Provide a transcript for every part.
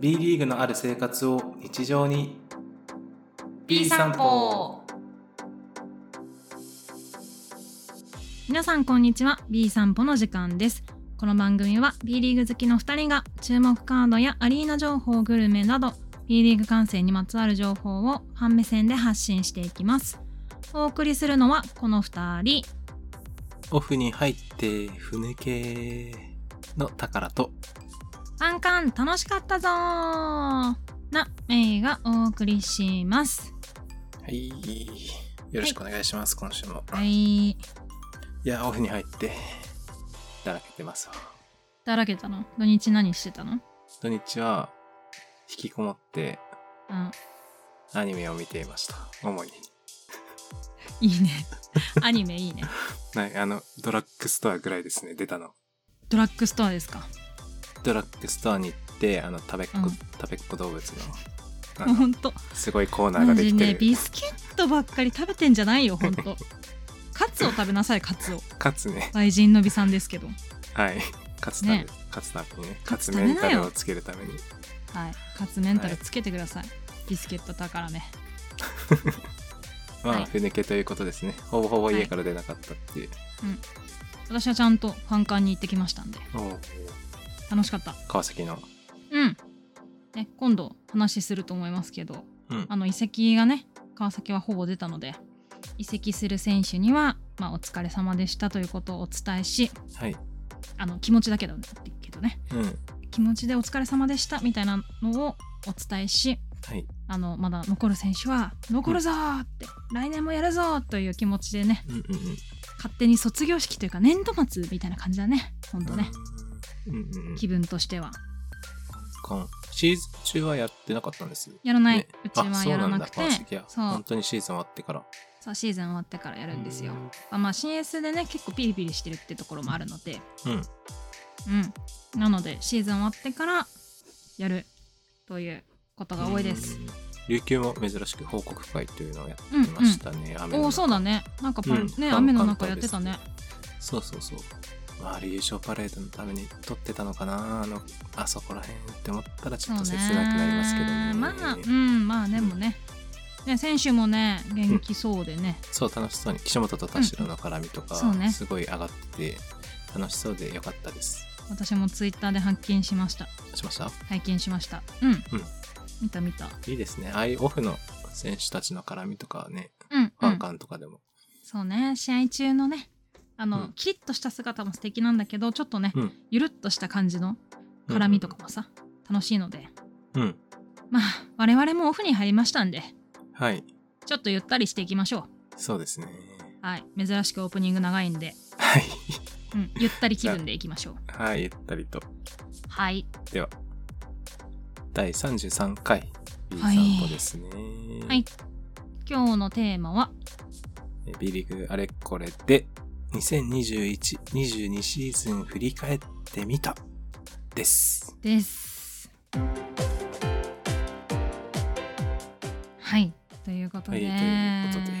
B リーグのある生活を日常に B 散歩皆さんこんにちは B 散歩の時間ですこの番組は B リーグ好きの2人が注目カードやアリーナ情報グルメなど B リーグ観戦にまつわる情報をファン目線で発信していきますお送りするのはこの2人オフに入って船系の宝とカンカン楽しかったぞーなメイがお送りしますはいよろしくお願いします、今週も、、はいいやオフに入ってだらけてますわだらけたの土日何してたの土日は引きこもってうんアニメを見ていました主にい いねアニメいいねはいあのドラッグストアぐらいですね出たのドラッグストアですかドラッグストアに行ってあの食べっ子、うん食べっ子動物のあもうのほんとすごいコーナーマがでジきてねる、ビスケットばっかり食べてんじゃない よほんとカツを食べなさいカツをかつね外人の美さんですけどはい勝つため、ね勝つためにね勝勝つつためだメよンタルをつけるためにはいカツメンタルつけてください、ビスケット宝目まあ、はいふぬけということですねほぼほぼは家いから出なかったっていう、私はちゃんとカンカンに行ってきましたんでおう楽しかった川崎のうん、ね、今度話すると思いますけどうんあの移籍がね川崎はほぼ出たので移籍する選手には、まあ、お疲れ様でしたということをお伝えしはいあの気持ちだけどけどねうん気持ちでお疲れ様でしたみたいなのをお伝えしはいあのまだ残る選手は残るぞーって、来年もやるぞーという気持ちでねうんうんうん勝手に卒業式というか年度末みたいな感じだねほんとね、うんうんうん気分としてはこうシーズン中はやってなかったんですよやらない、ねうちはやらなくてあそうなんだ川崎はそう本当にシーズン終わってからそうシーズン終わってからやるんですよ、うんまあまあ CS でね結構ピリピリしてるってところもあるのでうんうんなのでシーズン終わってからやるということが多いですうん琉球も珍しく報告会というのをやってましたね、雨のお中おーそうだねなんかパレ、うんね雨の中やってたねそうそうそう周り優勝パレードのために撮ってたのかなあのあそこら辺って思ったらちょっと切なくなりますけどねそうねまあうんまあでもね,、ね選手もね元気そうでね、そう楽しそうに岸本と田代の絡みとか、うんそうねすごい上がってて楽しそうでよかったです私もツイッターで発見しましたしました拝見しましたうん、見た見たいいですねああいうオフの選手たちの絡みとかはねうん、フうァンん、間とかでも、そうね試合中のねあの、うんキリッとした姿も素敵なんだけどちょっとね、うんゆるっとした感じのうん絡みとかもさ、楽しいのでうんまあ我々もオフに入りましたんではいちょっとゆったりしていきましょそうですねうはい珍しくオープニング長いんで、はいうん、ゆったり気分でいきましょうはいゆったりとはいでは第33回「B はい散歩」ですね、はい今日のテーマは B リーグあれこれで2021-22シーズン振り返ってみたです。ですはいということで,、はいということで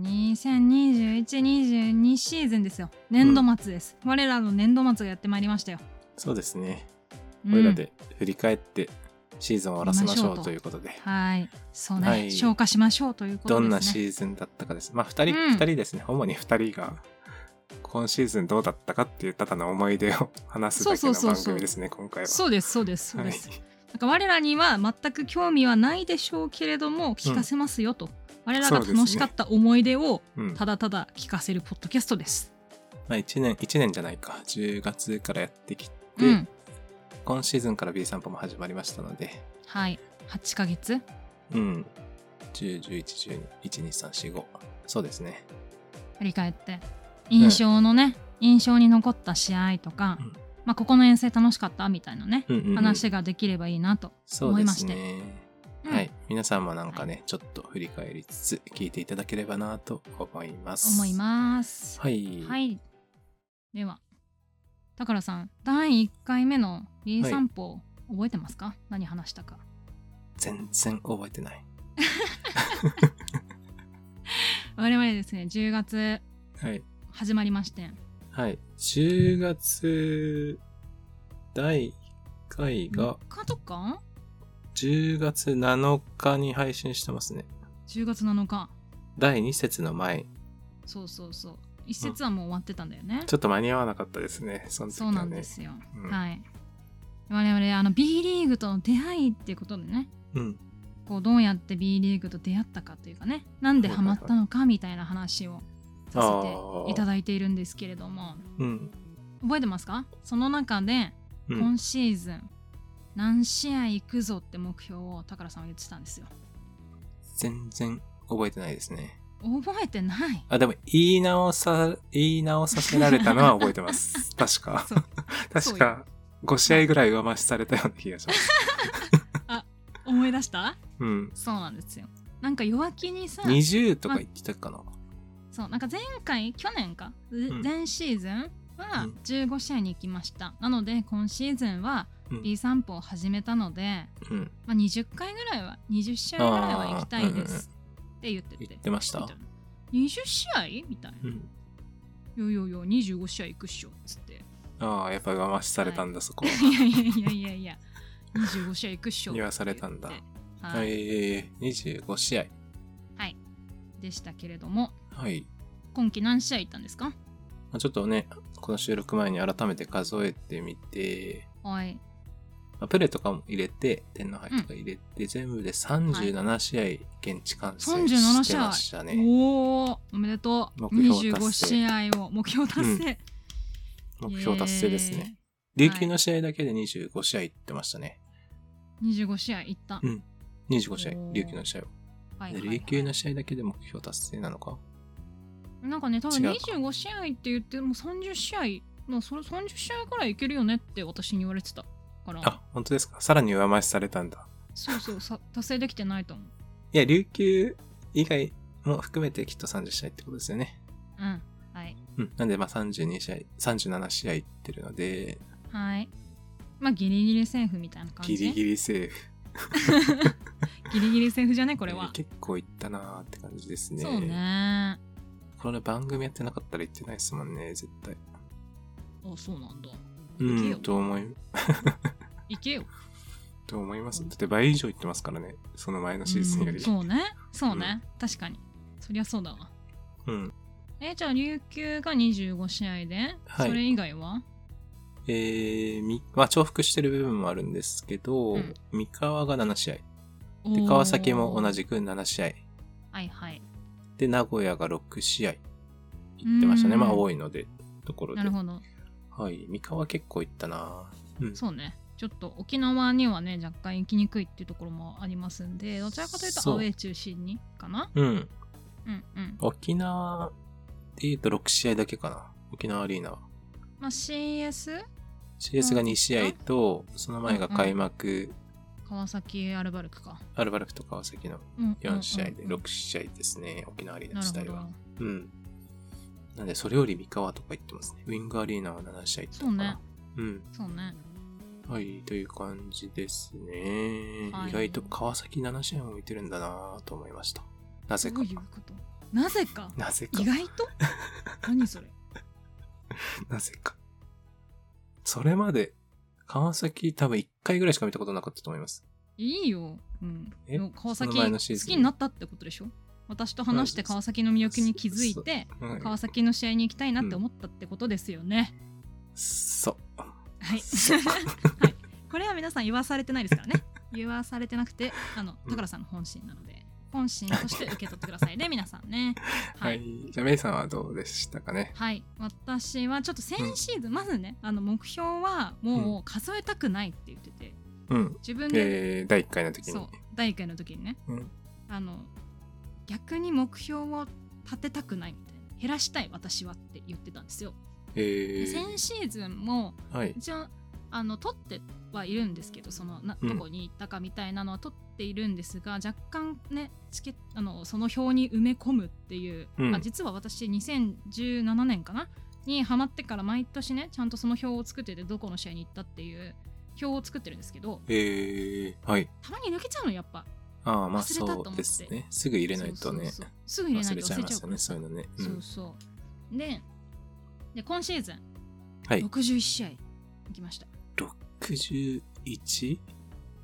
2021-22シーズンですよ年度末です、我らの年度末がやってまいりましたよ、そうですね。うんこれらで振り返ってシーズンを終わらせましやりょましょううとということで、はいそうね、はい消化しましょうということですどねんなシーズンだったかです。まあ2人、うん二人ですね。主に2人が今シーズンどうだったかっていうただの思い出を話すだけそうのそ番うそうそう組ですね、今回は。そうですそうですそうはでいす、なんか我らには全く興味はないでしょうけれども聞かせますよと、我らが楽しかった思い出をうんただただ聞かせるポッドキャストです。まあ、1年、1年じゃないか。10月からやってきて、うん、今シーズンから B 散歩も始まりましたので、はい8ヶ月うん。10、11、12、1、2、3、4、5。そうですね。振り返って印象のね、印象に残った試合とか、うんまあ、ここの遠征楽しかったみたいなね、うんうんうん話ができればいいなとそう思いでますして。ね。うんはい。皆さんもなんかね、ちょっと振り返りつつ、聞いていただければなと思います。思います。はい。はい。では、だからさん、第1回目の B はい散歩、覚えてますか何話したか。全然覚えてない。我々ですね、10月はい。始まりまして、はい。10月第1回がかとか10月7日に配信してますね。 10月7日第2節の前。そうそうそう一節はもう終わってたんだよね、ちょっと間に合わなかったですね。その時そはうね。なんですよ、うんはい我々あの B リーグとの出会いっていうことでねうん。こうどうやって B リーグと出会ったかというかねなんでハマったのかみたいな話をさせていただいているんですけれどもうん。覚えてますかその中でう今ん。シーズン何試合行くぞって目標を高田さんは言ってたんですよ全然覚えてないですね。覚えてないあ、でも、言い直さ、言い直させられたのは覚えてます。確か そう。確か、5試合ぐらい上増しされたような気がします。思い出したうん。そうなんですよなんか弱気にさ20とか言ってたかな。そうなんか前回去年か、ぜうん前シーズンうはん15試合に行きました、なので今シーズンはうん B 散歩を始めたので、うん。まあ、20回ぐらいは20試合ぐらいは行きたいですって言ってて、言ってましたみいな20試合みたいなうん。 「よいよいよ25試合行くっしょ」っつってああ、やっぱ上増しされたんだ、そこは。いやいやいやいやいや、25試合行くっしょ。言わされたんだはい。ええ25試合。でしたけれども、はい。今季何試合行ったんですかまあちょっとね、この収録前に改めて数えてみて、はい。まあプレとかも入れて、天皇杯とか入れて、全部で37試合、現地観戦37して試ま合したね。おおおめでとう。目標達成25試合を目標達成。目標達成ですね。イエー D イ級の試合だけで25試合行ってましたね。イエーイ。25試合行ったう。ん25試合お、ー琉球の試合を。はいではいはい琉球の試合だけで目標達成なのかなんかね、多分違う25試合って言っても30試合、もうそれ30試合くらい行けるよねって私に言われてたから、あ、本当ですかさらに上回しされたんだ。そうそう、さ達成できてないと思う。いや、琉球以外も含めてきっと30試合ってことですよね。うん。はい。うん。なんで、まあ32試合、37試合行ってるので、はい。まあ、ギリギリセーフみたいな感じ。ギリギリセーフ。ギリギリセーフじゃねこれえーは。結構行ったなーって感じですね。そうね。これ番組やってなかったら行ってないですもんね、絶対。あ、そうなんだ。行けうよん、と思い、行けよ。と思います。だって倍以上行ってますからね、その前のシーズンようんり。そうね。そうね。確かに。そりゃそうだわ。うん。え、じゃあ、琉球が25試合で、はいそれ以外はえー、み、まあ重複してる部分もあるんですけど、うん三河が7試合。おで、ー川崎も同。じく7試合。はいはい。で、名古屋が6試合行ってましたね。うんまあ多いので、ところで。なるほど。はい。三河結構行ったなうん。そうね。ちょっと沖縄にはね、若干行きにくいっていうところもありますんで、どちらかというとそアうウェー中心にかなうん。うんうん。沖縄で言うと6試合だけかな。沖縄アリーナは。まあ、CS、 CS が2試合と、その前が開幕、川崎アルバルクか。アルバルクと川崎のうんうんうん4試合で6試合ですね、沖縄アリーナなる自体ほどは。。うん。なんで、それより三河とか行ってますね。ウィングアリーナは7試合行ったのかな。うん。そうね。はい、という感じですね。はい意外と川崎7試合も見てるんだなぁと思いました。なぜどかう。いうことなぜかなぜか意。外と何それなぜか。それまで、川崎多分1回ぐらいしか見たことなかったと思います。いいよ、うんえ、川その崎前のシーズン好きになったってことでしょ私と話して川崎の魅力に気づいてうん川崎の試合に行きたいなって思ったってことですよね、そう。 はいそうはいこれは皆さん言わされてないですからね言わされてなくてあのうん高田さんの本心なので本心として受け取ってください ね皆さんねははいい、。じゃあ、メイさんはどうでしたかね。はい、私はちょっと先シーズン、まずねあの目標はもう数えたくないって言っててうん。自分でえー、第1回の時に。そう第1回の時にね、うんあの逆に目標を立てたくないみたいな減らしたい私はって言ってたんですよ、えー、で先シーズンもはい。一応あの取ってはいるんですけどそのなうんどこに行ったかみたいなのは取っているんですが、若干ねチケあのその表に埋め込むっていう、うんあ実は私2017年かなにハマってから毎年ねちゃんとその表を作っててどこの試合に行ったっていう表を作ってるんですけどえー、はい。たまに抜けちゃうのやっぱああ、まあ忘れたと思そってうですね。すぐ入れないとね、そうそうそうすぐ入れな忘いれとち忘ゃいれまちゃうすかよらね、さそういうのね。う、そうんそうでで今シーズンはい。 61試合行きました、 61 1?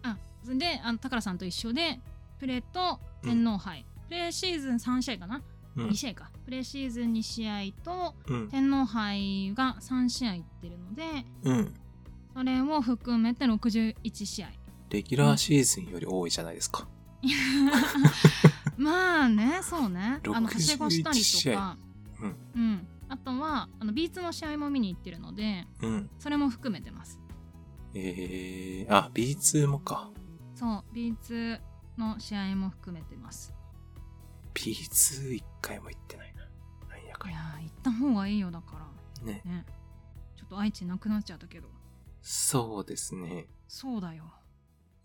あであの宝さんと一緒でプレと天皇杯、プレシーズン3試合かな、うん2試合かプレシーズン2試合とうん天皇杯が3試合いってるのでうんそれを含めて61試合 レギュラーシーズンより多いじゃないですかまあねそうねあのは61しごしたり試とか合、うんうんあとはあの B2 の試合も見に行ってるのでうんそれも含めてますえー、あ B2 もかそう B2 の試合も含めてます B21 回も行ってないななんやかいんややー行った方がいいよだかねらねちょっと愛知なくなっちゃったけどそうですねそうだよ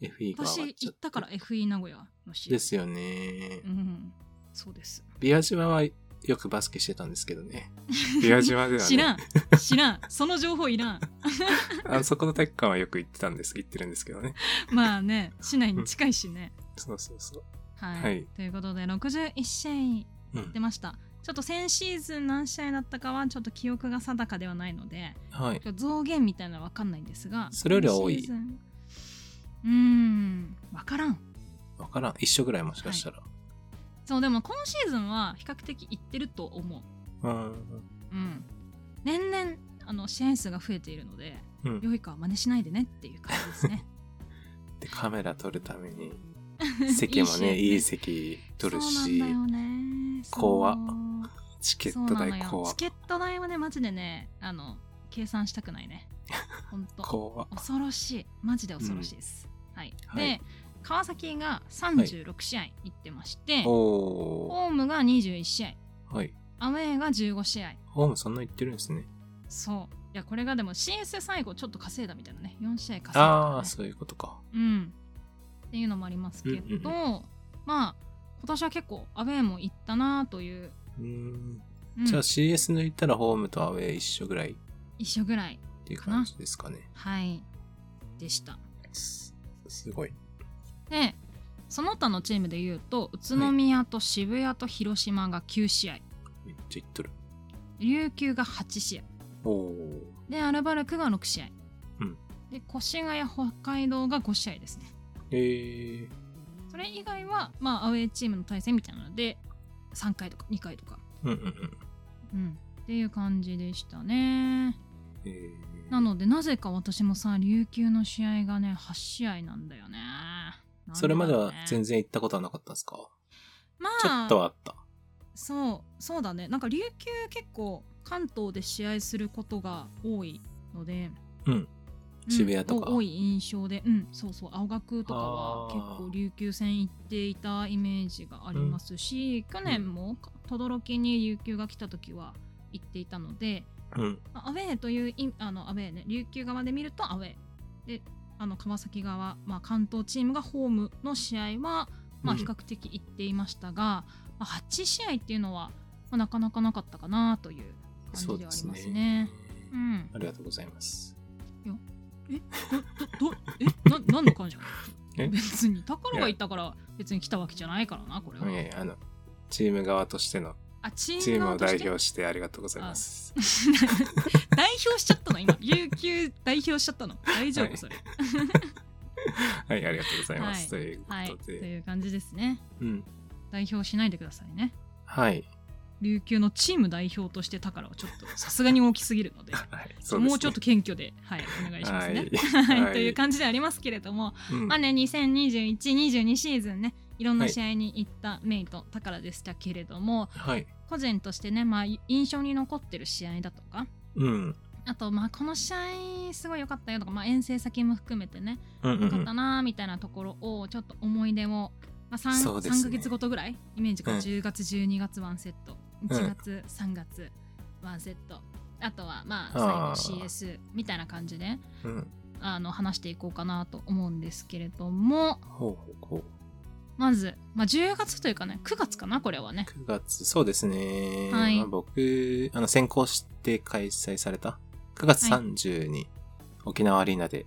FE が私終わっち行ゃっ、たから FE 名古屋の試合ですよねうんそうですビア島はよくバスケしてたんですけど ねビア島ではね知らん知らんその情報い らんあのそこの体育館はよく行ってたんです行ってるんですけどねまあね市内に近いしねそうそうそうはい、はいということで61試う合出んましたちょっと先シーズン何試合だったかはちょっと記憶が定かではないのではい増減みたいなのは分かんないんですがそれよりは多い今シーズンうーん分からんわからん一緒ぐらいもしかしたら、そうでも今シーズンは比較的いってると思ううんうん年々あの試合数が増えているのでうん良いかは真似しないでねっていう感じです ねでカメラ撮るため に席もねいい席取るしそうなんだよねそう怖っチケそうットなの代よ怖チケット代はねマジでねあの計算したくないね 本当怖恐ろしいマジで恐ろしいです、はいはで、い川崎が36試合行ってまして、おホームが21試合おはいアウェーが15試合ホームそんな行ってるんですねそういやこれがでも CS 最後ちょっと稼いだみたいなね4試合稼いだからね、ああーそういうことかうん、っていうのもありますけうんうんど、まあ今年は結構アウェーも行ったなという、うーんうんじゃあ CS 抜いたらホームとアウェー一緒ぐらいっ一緒ぐらいていう感じですかねはいでしたすすごいでその他のチームでいうと宇都宮と渋谷と広島が9試合、めっちゃ行っとる琉球が8試合おおでアルバルクが6試合、うんで越谷北海道が5試合ですねえー、それ以外は、まあ、アウェーチームの対戦みたいなので3回とか2回とか、うんうんうんうん、っていう感じでしたねえー、なのでなぜか私もさ琉球の試合がね8試合なんだよねなんそれまでは全然然行ったことはなかったんですか、まあちょっとはあったそうそうだねなんか琉球結構関東で試合することが多いので、うん渋谷とかお多い印象でうんそうそう青学とかはあ結ー構琉球戦行っていたイメージがありますし、去年も轟に琉球が来た時は行っていたので、うんまあアウェーといういあのアウェーね琉球側で見るとアウェーであの川崎側、まあ、関東チームがホームの試合は、うまあ、ん比較的行っていましたが、まあ8試合っていうのは、まあなかなかなかったかなというそ感じうでではありすまねすね。うん、ありがとうございますどどえな何の感 謝え別に宝がいたから別に来たわけじゃないからなこれは、いやいやあのチーム側としてのあチチームを代側と表してありがとうございますして 代表しちゃったの今琉球代表しちゃったの大丈は夫いそれはいありがとうございます、とはいうこはいととで、いう感じですねうん代表しないでくださいねはい琉球のチーム代表として宝はちょっとさすがに大きすぎるのではい そうですねもうちょっと謙虚で、はい、お願いしますね。ははいいはいという感じでありますけれども、うんまあね、2021-22シーズンねいろんな試合に行ったメイと宝でしたけれども、はい個人としてね、まあ、印象に残ってる試合だとかうんあと、まあ、この試合すごい良かったよとか、まあ、遠征先も含めてねうんうんう良かったんなーみたいなところをちょっと思い出を、まあ、3, そうですね3ヶ月ごとぐらいイメージがうん10月12月ワンセットん1月3月ワンセットあとはまあーあ最後 CS みたいな感じでうんあの話していこうかなと思うんですけれどもほうほうほうまず、まあ、10月というかね9月かなこれはね9月、そうですね。はいまあ僕、あの、先行して開催された、9月はい30に、沖縄アリーナで、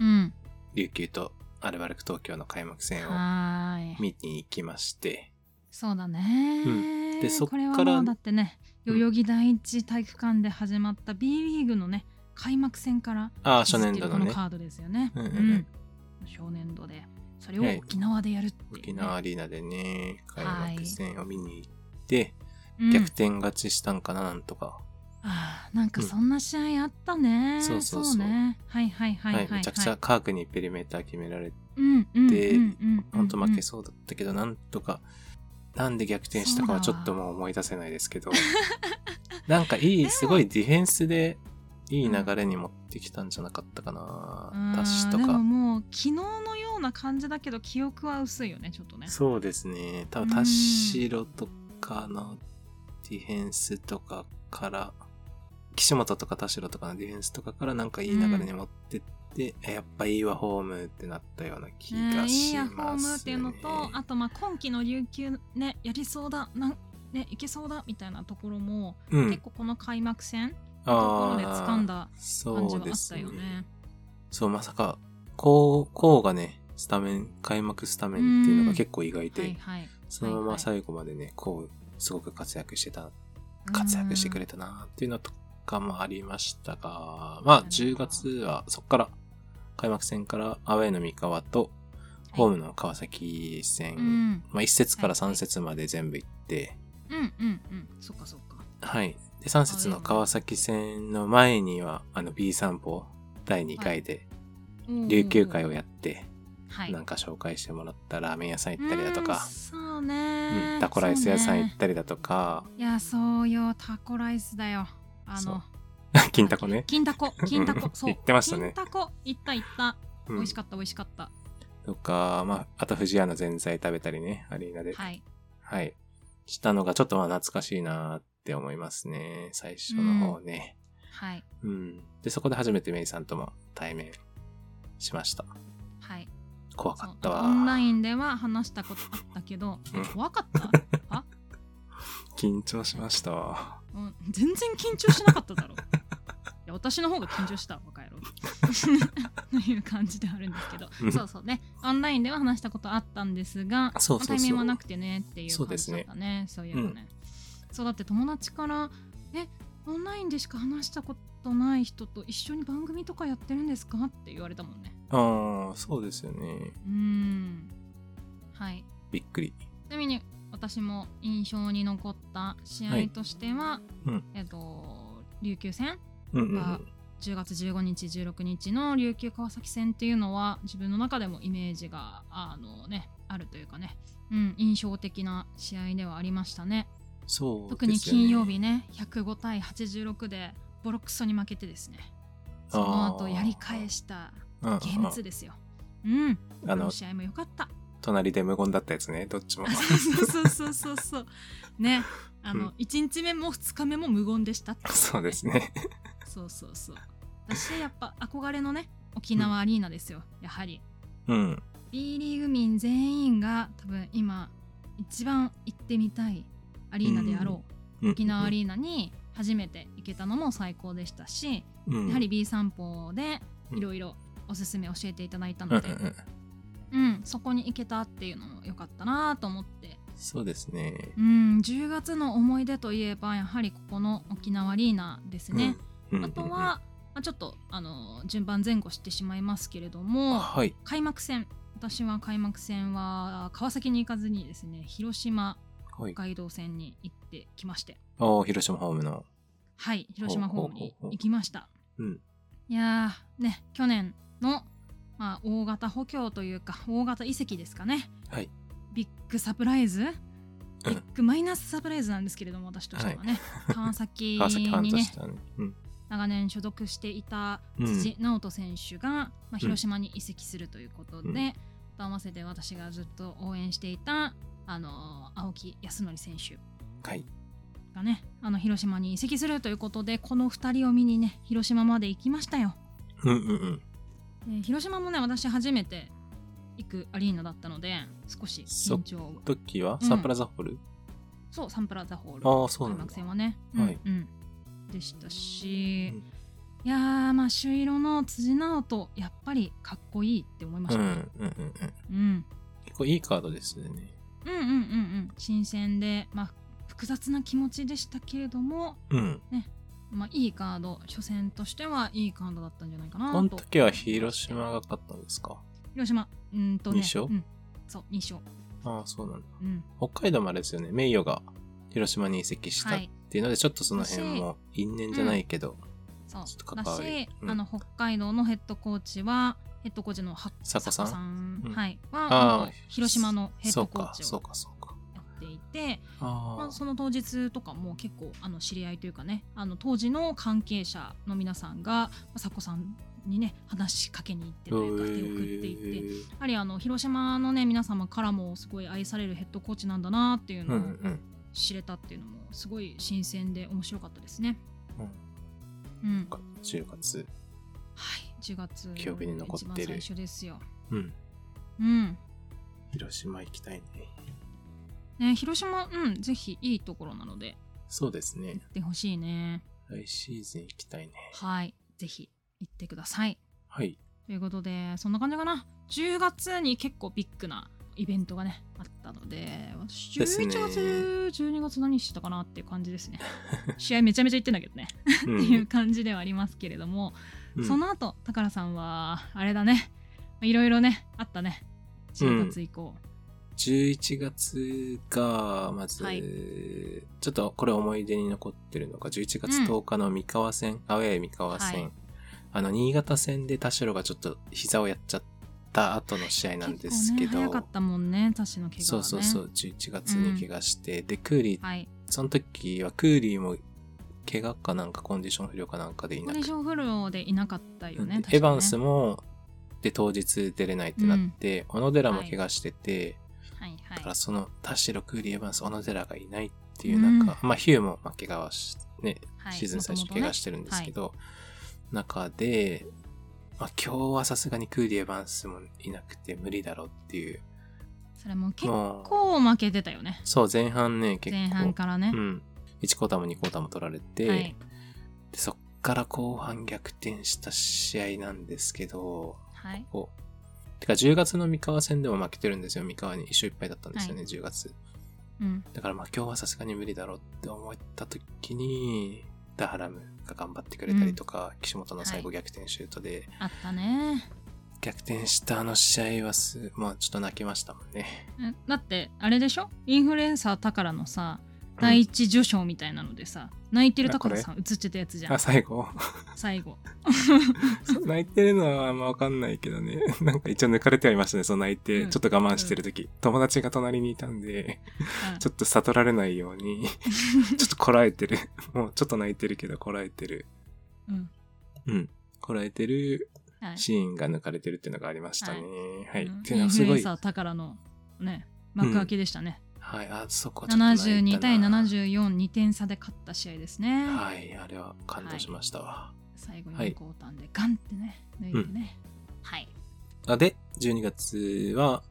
うん琉球とアルバルク東京の開幕戦をはーい見に行きまして、そうだね、うんでそっこれはからもうだってね代々木第一体育館で始まった B リーグのね開幕戦からああ、初続年け度るのこのね。カードですよね。うんうん少年度でそれをはい沖縄でやるっていう、ね沖縄アリーナでね、開はい幕戦を見に行って、うん逆転勝ちしたんかな、なんとか。ああなんかそんな試合あったね、んそうそうそうねはいはいはいははい、はいい、めちゃくちゃ科学にペリメーター決められて、うんうんでうんうんうんほんと負けそうだったけど、なんとか、なんで逆転したかはちょっともう思い出せないです けど、なんかいでもい、すごいディフェンスで、いい流れに持ってきたんじゃなかったかな。タッシュとあーでもか。もう昨日のような感じだけど記憶は薄いよねちょっとねそうですね。多分うん田代とかのディフェンスとかから、岸本とか田代とかのディフェンスとかからなんかいい流れに持ってって、えやっぱいいわホームってなったような気ねがいいしやホーまムっすていね。うのとあとまあ今季の琉球ねやりそうだなんねいけそうだみたいなところも、うん結構この開幕戦あところで掴んーだ感じそはうあでっすたよね。そう、まさか、こう、こうがね、スタメン、開幕スタメンっていうのが結構意外で、はいはいそのまま最後までね、こう、すごく活躍してた、活躍してくれたなっていうのとかもありましたが、まあ、10月はそこから、開幕戦からアウェイの三河と、ホームの川崎戦、うんうんまあ、1節からはいは3い節まで全部行って、うんうんうんそっかそっかはい。で、3節の川崎戦の前には、あの、B 散歩第2回で、琉球会をやって、はいなんか紹介してもらったラーメン屋さん行ったりだとうんか、そううんねタコライス屋さん行っそうねたりだとか、いやそうよタコライスだよあそうの金タコね。金 タコ金タコそう行ってましたね金タコ行った行ったう美ん味し、かった美味しかったとか、まあ、あと藤屋の前菜食べたりね、アリーナで。はいはい。したのがちょっとまあ懐かしいなって思いますね。最初の方ね。はいうん。で、そこで初めてメイさんとも対面しました。はい怖そかうったわオ。ンラインでは話したことあったけどうん怖かった 緊張しましたわ。うん全然緊張しなかっただろ いや私の方が緊張したわ若い郎 という感じではあるんですけどうんそうそうねオンラインでは話したことあったんですがそうそうそうまあ対面はなくてねっていうそう感でじすだっねたねそういえばね、そうだって友達から「えオンラインでしか話したことない人と一緒に番組とかやってるんですか?」って言われたもんねああ、そうですよね。うんはいびっくり。ちなみに私も印象に残った試は合いとしては、うんえっと琉球戦うんうんうあん。 10月15日16日の琉球川崎戦っていうのは自分の中でもイメージがあの、ね、あるというかね、うん、印象的な試合ではありましたねそうですよね。特に金曜日ね105対86でボロクソに負けてですねその後やり返したうんうんゲーム2ですよ。うん、ああのの、試合も良かった。隣で無言だったやつね、どっちも。そうそうそうそうそう。ね、あうの、ん一1日目も2日目も無言でしたっていう ねそうですね。そうそうそう。私やっぱ憧れのね沖縄アリーナですよ、やはり。うん。 B リーグ民全員が多分今一番行ってみたいアリーナであろう、沖縄アリーナに初めて行けたのも最高でしたし、うん、やはり B 散歩でうんいろいろおすすめ教えていただいたうんうのんで、ううんんうん。そこに行けたっていうのも良かったなと思って、そうですね。うん、10月の思い出といえばやはりここの沖縄アリーナですね。うん。うんあとうんは、、うんまあ、ちょっとあの順番前後してしまいますけれどもはい。開幕戦私は開幕戦は川崎に行かずにですね広島はい。街道線に行ってきましておー広島ホームの。はい広島ホームに行きましたうん。いやーね去年の、まあ、大型補強というか大型移籍ですかねはい。ビッグサプライズビッグマイナスサプライズなんですけれども私としてはね、川崎川崎ファンにとねしたね。うん。長年所属していたうん辻直人選手が、まあ、広島に移籍するということで、うんと合わせて私がずっと応援していた、あの青木康則選手はい。がねあの広島に移籍するということでこの2人を見にね広島まで行きましたよ。うんうんうん。で広島もね私初めて行くアリーナだったので少し緊張時はうんサンプラザホール、そうサンプラザホールああ、そうなん開幕だ。戦はね、はいうんうんでしたし、うんいやーまあ朱色の辻直人やっぱりかっこいいって思いましうんたうんね、うんうん。うん結構いいカードですね。うん、うんうんうん新鮮でまあ複雑な気持ちでしたけれどもうん。まあ、いいカード、初戦としてはいいカードだったんじゃないかなと。この時は広島が勝ったんですか広島、うーんとね。二勝うん。そう、2勝。ああ、そうなんだ。うん。北海道もあれですよね、名誉が広島に移籍したはっい。ていうので、ちょっとその辺も因縁じゃないけど、そうちょっと。関だわりし、うんあの、北海道のヘッドコーチは、ヘッドコーチのは佐古さん佐古うんはい。は、あーあの広島のヘッそドうコーか、チそをうか、そうか。やっていて、まああ、その当日とかも結構、あの、知り合いというかね、あの、当時の関係者の皆さんが、まあ佐古さんにね、話しかけに行ってあ。というか、手を振っていって、やはりあの広島のね皆様からもすごい愛されるヘッドコーチなんだなっていうんううのをん知れたっていうのもすごい新鮮で面白かったですね。うん。うん、は10月。い10月記憶に残ってる一番最初ですよ。うん。うん広島行きたいね。ね、広島、うん、ぜひいいところなのでそうですね行。ってほしいね。来シーズン行きたいね。はい、ぜひ行ってください。はい。ということで、そんな感じかな。10月に結構ビッグなイベントがね、あったので、私ですね11月、12月何してたかなっていう感 じですね。試合めちゃめちゃ行ってんだけどね。うっていうん感じではありますけれども、うんその後高良さんはあれだねいろいろねあったね10月以降、 11月が、まず、はいちょっとこれ思い出に残ってるのが、11月10日の三河戦、アウェー三河戦、はいあの、新潟戦で田代がちょっと膝をやっちゃった後の試合なんですけ結構ど、ね早かったもんね私の怪我はねそうそうそう、11月に怪我して、で、クーリー、はいその時はクーリーも怪我かなんかコンディション不良かなんかでいコなンくディションフルでいなかったよね、うん確かねエヴァンスも、で、当日出れないってなって、小野寺も怪我してて、はいはだからいその田代クーリー・エヴァンス小野寺がいないっていう中、まあヒューもまあ怪我はし、ねはいシーズン最初元怪々ね我してるんですけど、中で、まあ、今日はさすがにクーリー・エヴァンスもいなくて無理だろうっていうそれも結もう構負けてたよねそう前半ね結構前半からね、うん、1クォーターも2クォーターも取られて、はいでそっから後半逆転した試合なんですけどはいこうてか10月の三河戦でも負けてるんですよ三河に一勝1敗だったんですよね、10月うんだからまあ今日はさすがに無理だろうって思った時に、ダハラムが頑張ってくれたりとか、岸本の最後逆転シュートで、あったね逆転したあの試合はす、まあちょっと泣きましたもん ね。えだってあれでしょインフルエンサー宝のさ第一序章みたいなのでさ、泣いてる宝さん映ってたやつじゃあ、ん最後 最後そう泣いてるのはあんまわかんないけどね。 なんか一応抜かれてはいましたね、そう泣いて。うんちょっと我慢してる時、友達が隣にいたんで、うんちょっと悟られないよう に、ちょっとこらえてる。もうちょっと泣いてるけどこらえてる。うんうん。こらえてるはいシーンが抜かれてるっていうのがありましたね。はい。うんっていうのインはフすルごエンい。サー宝のね幕開けでしたね、はい。あ、そこ72対十。 742点差で勝った試合ですね、はい。あれは感動しましたわ。最後はにい交代でガンってね抜いてね、はいあで、12月は、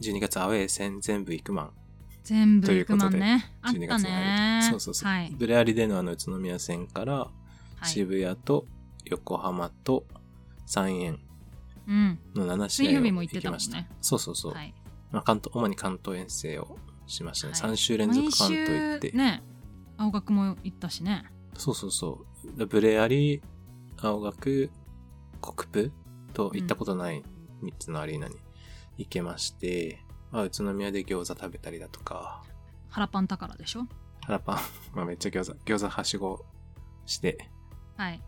12月アウェー戦全部行くマン。全部クマンねあっ12た月にあねるそうそうそう。はい、ブレアリでのあの宇都宮戦から、はい、渋谷と横浜と三円うんの7試合水曜を日も行ってきたもまんした。ねそうそうそう。はいまあ、関東、主に関東遠征をしましたね。はい三3週連続毎関東行っ週て。ね青学も行ったしねそうそうそう。ブレアリ、青学、国プと行ったことない3つのアリーナに行けまして、まあ、宇都宮で餃子食べたりだとか、腹パン宝でしょ腹パン、 まあめっちゃ餃子、餃子はしごして、はい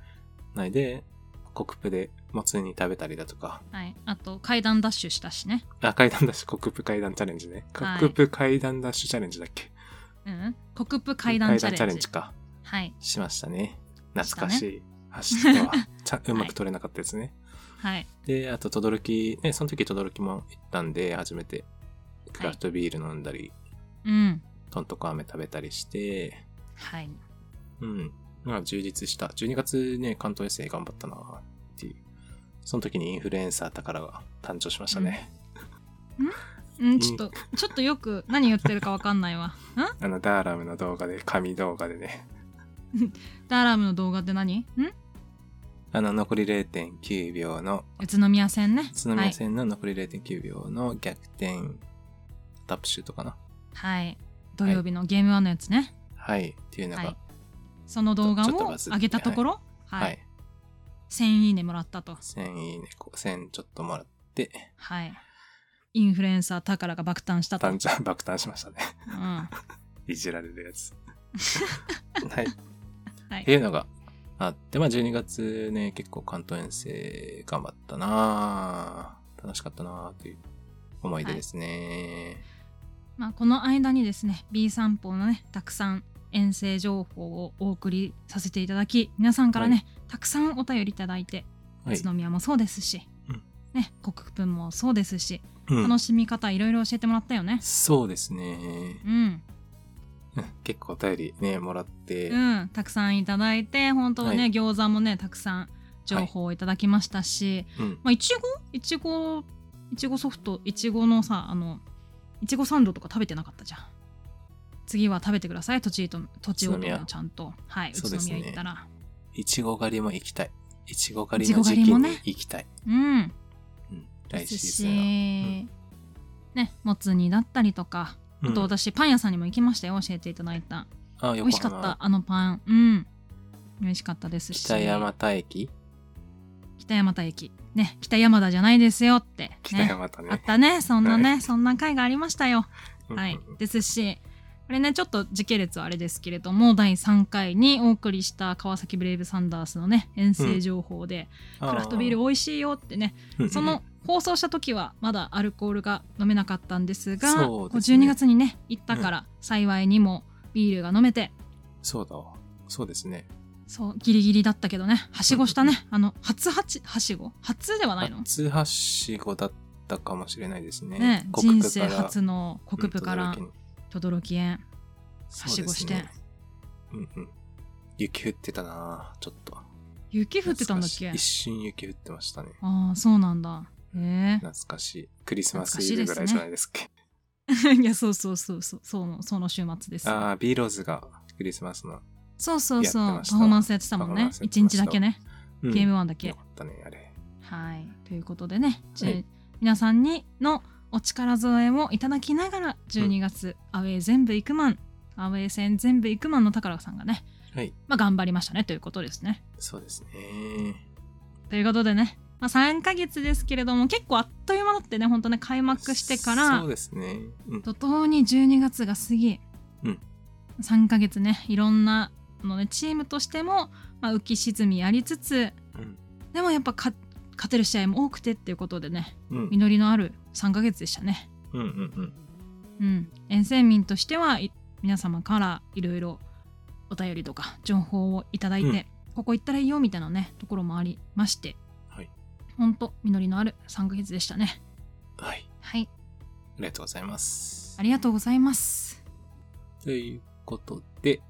ないで、国プでもつ煮食べたりだとか、はいあと階段ダッシュしたしねあ、階段ダッシュ、国プ階段チャレンジね。はい国プ階段ダッシュチャレンジだっけ、うん国府階段チャレンジか。はいしましたね。懐かしい。走 っては、ちゃうまく取れなかったですね。はいで、あと、轟、ね、その時轟も行ったんで、初めて、クラフトビール飲んだり、うんとんとこ飴食べたりして、はいうん。まあ、充実した。12月ね、関東遠征頑張ったなっていう。その時にインフルエンサー宝が誕生しましたね。うん、ちょっと、ちょっとよく何言ってるかわかんないわ。んあの、ダーラムの動画で、神動画でね。ダーラムの動画って何んあの、残り0.9秒の、宇都宮線ね。津宮戦の残り0.9秒の逆転、タップシュートかな。はい。はい。土曜日のゲームワンのやつね。はい。っていうのはいが、その動画ちょっとをバズって上げたところ、はいはい。 1000いいねもらったと、 1000いいね、こう1000ちょっともらって、はい、インフルエンサー宝が爆誕したと、う爆誕ん、爆誕しましたね。 はいじられるや つ。はい。いっていうのがあって、まあ12月ね、結構関東遠征頑張ったなぁ楽しかったなぁという思い出ですね。まあ、この間にですね B 散歩のねたくさん遠征情報をお送りさせていただき皆さんからね、たくさんお便りいただいてはい。宇都宮もそうですし、うんね、国分もそうですし、うん楽しみ方いろいろ教えてもらったよね。そうですね。うん、うん結構お便りね、もらって、うん、たくさんいただいて本当ね、はい餃子もねたくさん情報をいただきましたし、うんまあいちごいちごいちごソフトいちごのさあのいちごサンドとか食べてなかったじゃん次は食べてください栃木と宇栃木都と宮ちゃんとはい宇そう都ですね宮行ったらいちご狩りも行きたい。いちご狩りの時いち期ごに狩りもね行きたい。うんうん来でシーすしズンは。ねもつ煮だったりとかあとうん私パン屋さんにも行きましたよ教えていただいたあ、美横味しかった浜。あのパンうん美味しかったですし北山田駅北山田駅ね北山田じゃないですよって、ね、北山田あっね。たねそんなね、はそんな回がありましたようんはいうんですしこれねちょっと時系列はあれですけれども第3回にお送りした川崎ブレイブサンダースのね遠征情報で、クラフトビール美味しいよってねうんその放送した時はまだアルコールが飲めなかったんですがそうですねこう12月にね行ったから幸いにもビールが飲めて、そうだわ。そうですね。そうギリギリだったけどねはしごしたねあの初はちはしご初ではないの初はしごだったかもしれないですね。ね、国人府生から初の国府からうん轟園そはうしでごすしてねうんうん。雪降ってたなちょっと。雪降ってたんだっ懐かしけい一瞬雪降ってましたね。ああそうなんだへ懐かしい。クリスマスイブぐらいじゃないですか。え いやそうそうそうそうそのその週末ですああ、ビーローズがクリスマスの。そうそうそうやってましたパフォーマンスやってたもんパフォーマねンスやって一まし日ただけねうんゲームワンだけ、よかったね、あれ。はいということでね、じゅはい皆さんにのお力添えをいただきながら12月、アウェー全部行くマンアウェー戦全部行くマンの宝さんがね、はい。まあ、頑張りましたねということですねそうですね。ということでね、まあ、3ヶ月ですけれども結構あっという間だってね本当ね開幕してからそうですね。うん。怒涛に12月が過ぎ、うん3ヶ月ねいろんなのねチームとしても、まあ、浮き沈みありつつうんでもやっぱか勝てる試合も多くてっていうことでねうん。実りのある3ヶ月でしたね。うんうんうん、遠征民としてはい皆様からいろいろお便りとか情報をいただいて、うんここ行ったらいいよみたいなねところもありまして、はい、ほんと実りのある3ヶ月でしたね。うん。はい。はいありがとうございますあ。りがとうございます。ということで、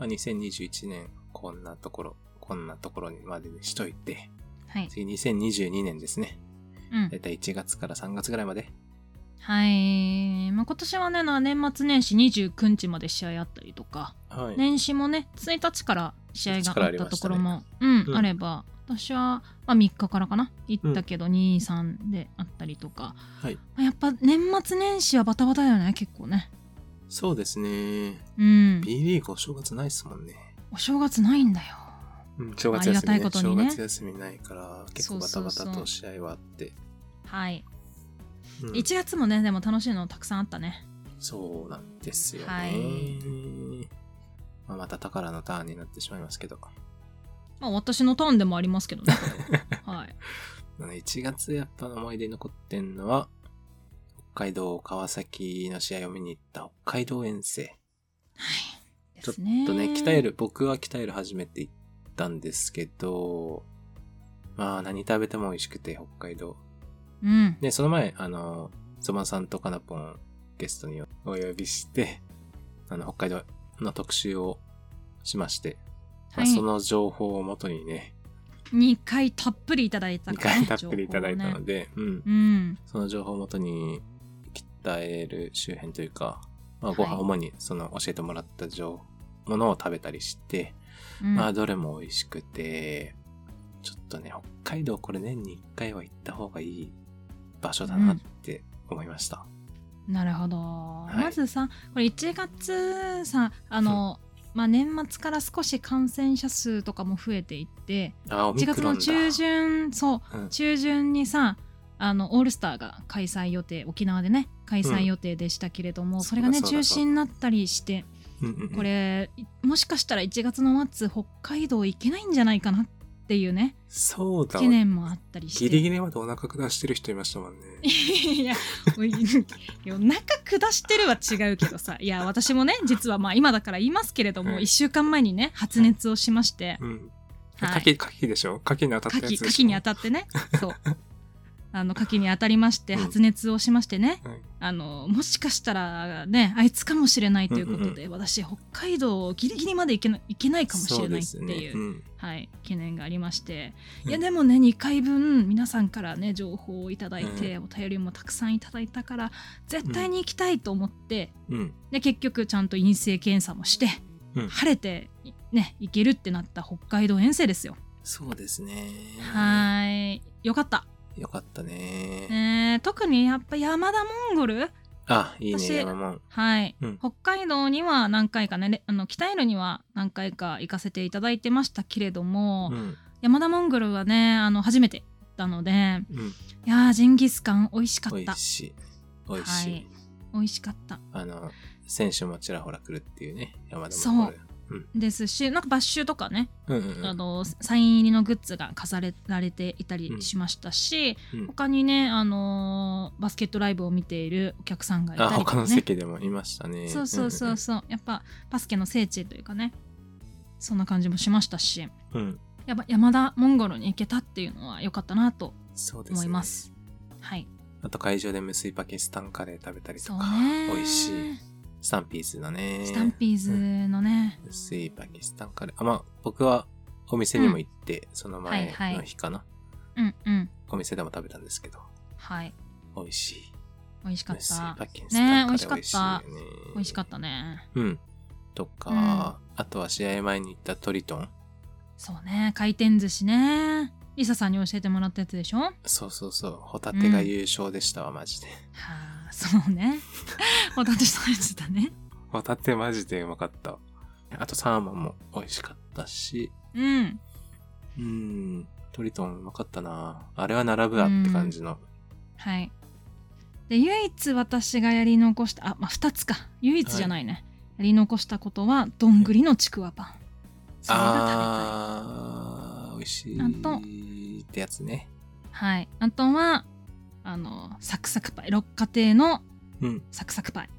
まあ、2021年こんなところ、こんなところにまでにしといて、はい、次2022年ですね。うんだいたい1月から3月ぐらいまで。はい、まあ、今年はねな年末年始29日まで試合あったりとか、はい。年始もね1日から試合があったところも、たうねん、うんあれば私は、まあ、3日からかな行ったけど、23であったりとか、はいまあやっぱ年末年始はバタバタだよね結構ねそうですね。うん B リーグお正月ないっすもんね。お正月ないんだようん、正あ月りが休たいみ、こね、とに正ね月休みないから、結構バタバそタうそうそうと試合はあって。はい、うん1月もねでも楽しいのたくさんあったねそうなんですよね。はいまあ、また宝のターンになってしまいますけど。まあ私のターンでもありますけど ねこれははいあの1月やっぱ思い出に残ってんのは、北海道川崎の試合を見に行った北海道遠征。はいちょっですとねとね、鍛える、僕は鍛える初めて行ったんですけど、まあ何食べても美味しくて、北海道。うんで、その前、あの、ゾマさんとカナポンゲストにお呼びして、あの、北海道の特集をしまして、まあ、はいその情報をもとに ね、 2回たっぷりいただいた2からね、回たっぷりいただいた情報をのねで、うん。うんその情報をもとに鍛える周辺というか、まあ、ご飯はい主にその教えてもらった情ものを食べたりして、うんまあどれも美味しくて、ちょっとね、北海道これ年に1回は行った方がいい場所だなって思いました。なるほど、いまずさこれ1月さあの、まあ、年末から少し感染者数とかも増えていってあ、オミ1ク月ロンのだ。中旬そううん中旬にさあのオールスターが開催予定沖縄でね開催予定でしたけれども、うんそれがそねうだそうだ中止になったりしてうんうんうんこれもしかしたら1月の末北海道行けないんじゃないかなっていうねそうだわ懸。念もあったりしてギリギリまでお腹下してる人いましたもんね。いやおいお腹下してるは違うけどさいや私もね実はまあ今だから言いますけれども、うん1週間前にね発熱をしまして、うん。はいカキ、カキでしょカキに当たった牡やつで蠣しょ。牡蠣に当たってね そうあの牡蠣に当たりましてうん発熱をしましてね、はいあのもしかしたらねあいつかもしれないということうんうんで、私北海道ギリギリまで行けな行けないかもしれないってそういですねううんはい、懸念がありましてうんいやでもね2回分皆さんからね情報をいただいて、お便りもたくさんいただいたから絶対に行きたいと思って、うん。で結局ちゃんと陰性検査もして、うん晴れてね行けるってなった北海道遠征ですよ。そうですね。はいよかった、い。よかったね。えー特にやっぱ山田モンゴルあ、いいね、私山もん。はい、うん北海道には何回かねれあの北エルには何回か行かせていただいてましたけれども、うん。山田モンゴルはねあの初めて行ったのでうん。いやージンギスカン美味しかっ美た味しい。美味しはいい。美味しかったあの、選手もちらほら来るっていうね、山田そうもこれ。ですしなんかバッシュとかね、うんうんうあん。のサイン入りのグッズが飾られていたりしましたし、うん他にね、あのーバスケットライブを見ているお客さんがいあ、たりと他かのね席でもいましたね。そうそうそうそうやっぱバスケの聖地というかねそんな感じもしましたしうん。うん。やっぱ山田モンゴルに行けたっていうのは良かったなとそうですね思いま。す。はい、あと会場で無水パキスタンカレー食べたりそとうか、ね美味しい。スタンピーズだね。スタンピーズのね、無水パキスタンカレー。あ、まあ、僕はお店にも行って、その前はいはのい日かな、うん、うんお店でも食べたんですけど、はい美味しい。美味しかっ無水たパキスタンカレーね美味しいよね。美味しかったねうん。とか、あとは試合前に行ったトリトン。そうね回転寿司ねリサさんに教えてもらったやつでしょはそうそうそう。ホタテが優勝でしたわ、マジで。 あそう ねホタテストやつだねホタテマジでうまかったわ。あとサーモンも美味しかったし、うんうん、トリトンうまかったな。あれは並ぶわって感じの。はいで唯一私がやり残したあまあ2つか唯一じゃないね、やり残したことはどんぐりのちくわパンそれがあー、美味しあといってやつね。食べたいはいあとはあのサクサクパイ六花亭のうん。サクサクパイ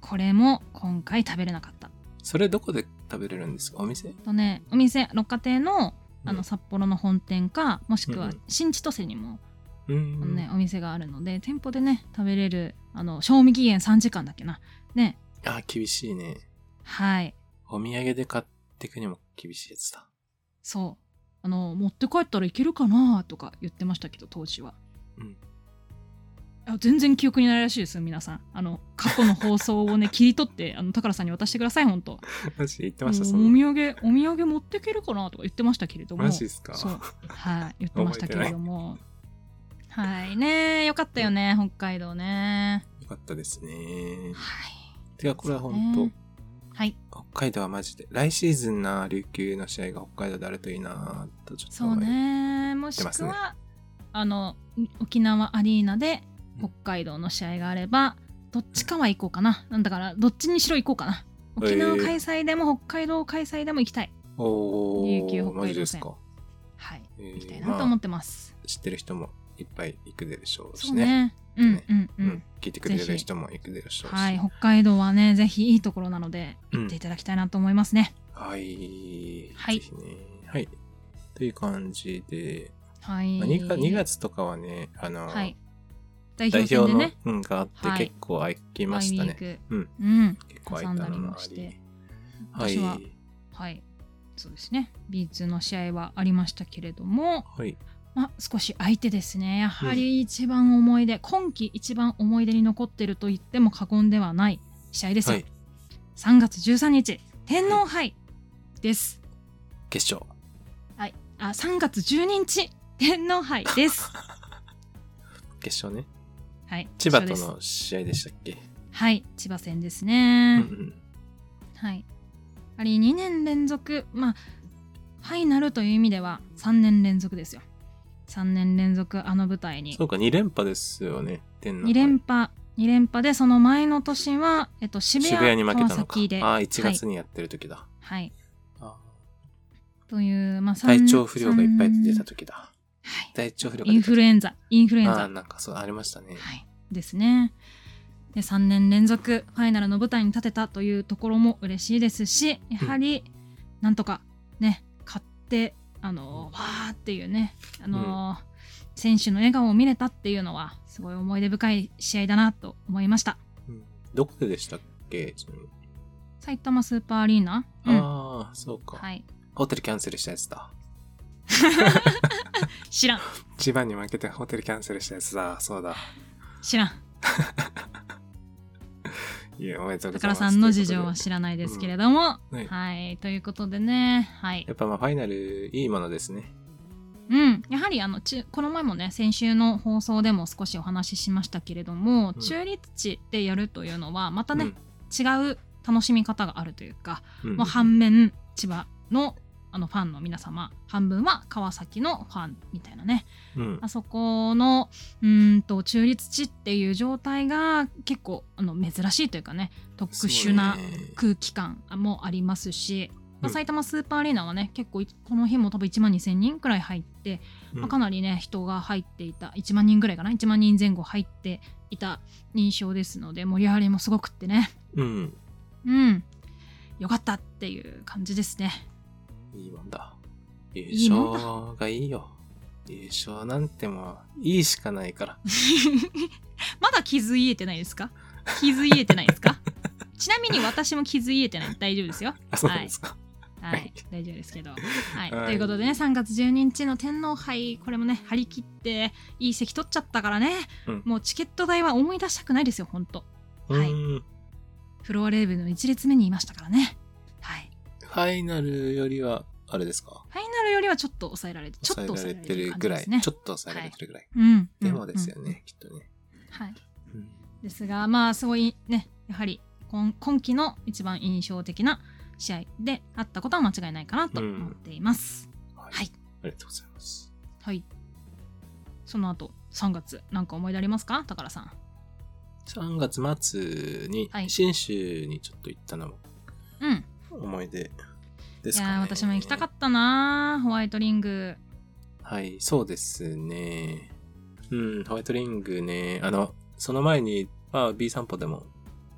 これも今回食べれなかったそれどこで食べれるんですかお店とねお店六花亭のあうんの札幌の本店かもしくうんはうん新千歳にも、うあのん。ね、お店があるので店舗でね食べれるあの賞味期限3時間だっけなねあー、厳しいね。はいお土産で買ってくにも厳しいやつだ。そうあの持って帰ったらいけるかなとか言ってましたけど当時は、うんあ全然記憶にないらしいですよ皆さんあの過去の放送 をね切り取ってあの宝さんに渡してください本当マジで言っておまおした、土そんな。産お土産持ってけるかなとか言ってましたけれどもマジですかそう、はい、言ってましたけれども。はいね、よかったよね、北海道ね。よかったですね。はい。てか、これは本当、ねはい、北海道はマジで来シーズンな琉球の試合が北海道であるといいなぁとちょっとそう思いね、もし言ってくまは、あの沖縄アリーナでうん北海道の試合があれば、どっちかは行こうかな。なんだから、どっちにしろ行こうかな。沖縄開催でも、北海道開催でも行きたい。おー琉球北海道戦マジですか、はい、えー行きたいなと思まってます。あ、知ってる人もいっぱい行くでしょうそしうねね。うねんうんううんん。、聞いてくれてる人も行くでしょうしはい、北海道はね、ぜひいいところなので、うん行っていただきたいなと思いますね。はい、はいぜひねはいという感じで、はい。まあ、2, か2月とかはねあの、はい。代代表表戦での、ね、うんがあってはい結構空きましたね、ワイウィークうんうん。結構空いたのもありは私いははい。そうですね。B2 の試合はありましたけれども、はいまあ、少し相手ですね。やはり一番思い出、今季一番思い出に残ってると言っても過言ではない試合ですよ。はい3月13日、天皇杯です。決勝はい。あ、3月12日、天皇杯 です。決勝ねはい。千葉と一緒ですの試合でしたっけはい。千葉戦ですね。うんうんはい。あり2年連続まあファイナルという意味では3年連続ですよ3年連続あの舞台にそうか、2連覇ですよね。天皇杯2連覇2連覇でその前の年は、えっと、渋谷渋谷に負けた川のか。あ崎であー、1月にやってる時だ。はい、はいあという、まあ、ー体調不良がいっぱい出たと、時だ。はい体調不良が出た時インフルエンザインフルエンザああー、なんかそう、ありましたね。はい、ですね。で3年連続ファイナルの舞台に立てたというところも嬉しいですしやはりなんとかね勝ってあのーわーっていうねあのー、選手の笑顔を見れたっていうのはすごい思い出深い試合だなと思いましたうんどこででしたっけちなみに埼玉スーパーアリーナ、うんああ、そうか、はい、ホテルキャンセルしたやつだ。知らん千葉に負けてホテルキャンセルしたやつだ。そうだ。知らんいや、おめでとうござい宝ます。さんの事と情いうはことで知らないですけれども、うんはいはいということでねはいやっぱまあファイナルいいものですね。うん、やはりあのちこの前もね先週の放送でも少しお話ししましたけれども、うん中立地でやるというのはまたね、うん違う楽しみ方があるというか、うんもう反面千葉のあのファンの皆様半分は川崎のファンみたいなねうんあそこのうーんと中立地っていう状態が結構あの珍しいというかね特殊なそうね空気感もありますし、まあうん埼玉スーパーアリーナはね結構いこの日も多分1万2,000人くらい入って、まあうんかなりね人が入っていた1万人ぐらいかな1万人前後入っていた印象ですので盛り上がりもすごくってねうん。うんよかったっていう感じですね いいもんだ。いい優もんだ勝がいいよ。優勝なんてもういいしかない から。まだ傷癒えてないですか傷癒えてないで すかちなみに私も傷癒えてない大丈夫ですよあ、そうなんですか。ははいい、大丈夫ですけど、はいはいということでね3月12日の天皇杯これもね張り切っていい席取っちゃったからね、うんもうチケット代は思い出したくないですよほんとはいうーんフロアレーブの1列目にいましたからねはいファイナルよりは、あれですかファイナルよりはちょっと抑えられてちょっと抑抑ええられてられてるる感ぐじでらい。すねちょっと抑えられてるぐらい。うんでもですよね、うんうんきっとね。はいうんですがまあすごいねやはり今今季の一番印象的な試合であったことは間違いないかなと思っています、はいはいありがとうございます。はいその後3月なんか思い出ありますか宝さん3月末には、い信州にちょっと行ったのもうん思い出ですいかね。やー私も行きたかったなーホワイトリングはい、そうですね。うん、ホワイトリングね。あの、その前に、まあ、B 散歩でも、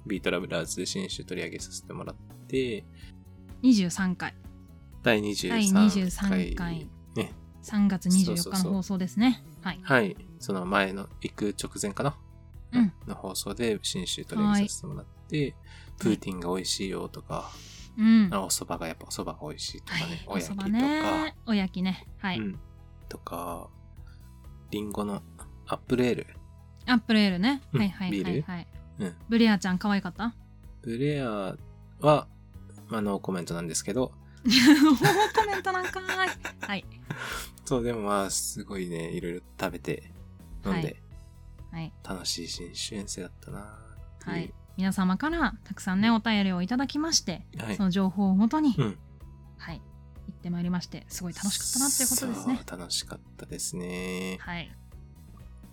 B トラベラーズ新種取り上げさせてもらって、 23回第23第回。 23回ね。 3月そう24そう日そのう放送ですねはいはい。その前の、行く直前かな、うんの放送で新種取り上げさせてもらって、プーティンが美味しいよとか、うんあお蕎麦がやっぱお蕎麦が美味しいとかはいね、おやきそとばか、ねおやきねはい、うん。とか、リンゴのアップルエール。アップルエールね、うんはいはいはいビはいうん。ブレアちゃん可愛かった ブレアは、まあ、ノーコメントなんですけど、コメントなんかーいはいそう、でもまあ、すごいね、いろいろ食べて、飲んはで、はい楽しい新主演生だったなってはいい皆様からたくさんねお便りをいただきまして、う。はいその情報をもとに、うん。はい行ってまいりましてすごい楽しかったなっていうことですねそう楽しかったですね。はい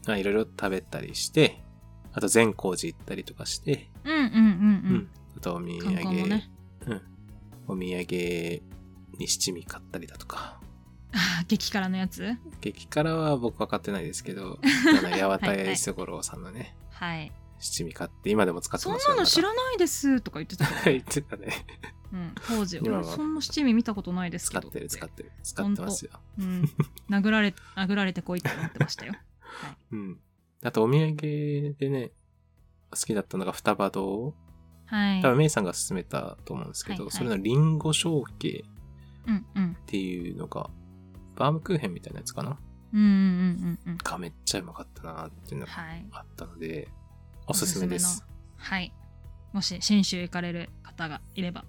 まあ、いろいろ食べたりして、あと善光寺行ったりとかして、うんうんうんあとお土うん、産、観光もねうん。お土産に七味買ったりだとか。あー 激辛のやつ激辛は僕は買ってないですけ ど、あの八幡屋伊勢五郎さんのね、はい七味買って、今でも使ってそんますなの知んらないですとか言ってたけど、言ってたね。うん、当時今は俺そんな七味見たことないですけ使っどてる、使ってる、使ってますよ。うん、殴られ殴られてこいって思ってましたよはいうん。あと、お土産でね、好きだったのが双葉堂。はい多分、メイさんが勧めたと思うんですけど、はいはいそれのリンゴ象形うんうんっていうのが、バームクーヘンみたいなやつかなうんうんうんうんうんがめっちゃうまかったなっていうのがはいあったので、おすすめです。はいもし信州行かれる方がいれば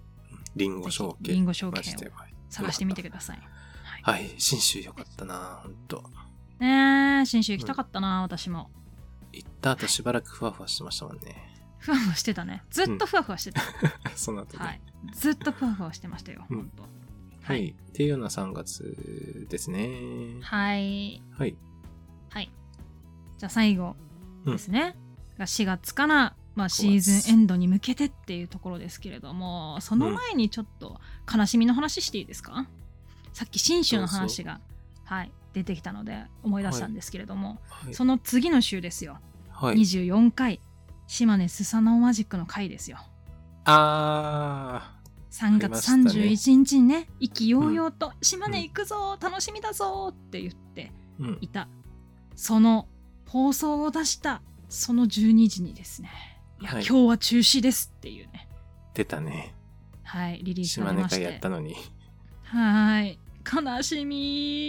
リンゴ象形。ぜひリンゴ象マジ形でをうまい探してみてくださいはい、はい、信州よかったなほんと。ねえ信州行きたかったな、私も 行った後しばらくふわふわしてましたもんね。ふわふわしてたねずっとふわふわしてた、その後ね。はいずっとふわふわしてましたよ、うんほんとは、はいいっていうような3月ですね。はいはい。はいじゃあ最後ですね、が4月から、まあ、シーズンエンドに向けてっていうところですけれどもその前にちょっと悲しみの話していいですか、さっき信州の話がはい、出てきたので思い出したんですけれども、はい。その次の週ですよ、はい、 24回島根スサノオマジックの回ですよあ3月ありましたね31日にね意気揚々と「島根行くぞー楽しみだぞ!」って言ってー、うん。いたその放送を出したその12時にですね「いや、はい今日は中止です」っていうね出たね。はいリリースさ島れ根まし会てやったのに。はーい悲しみ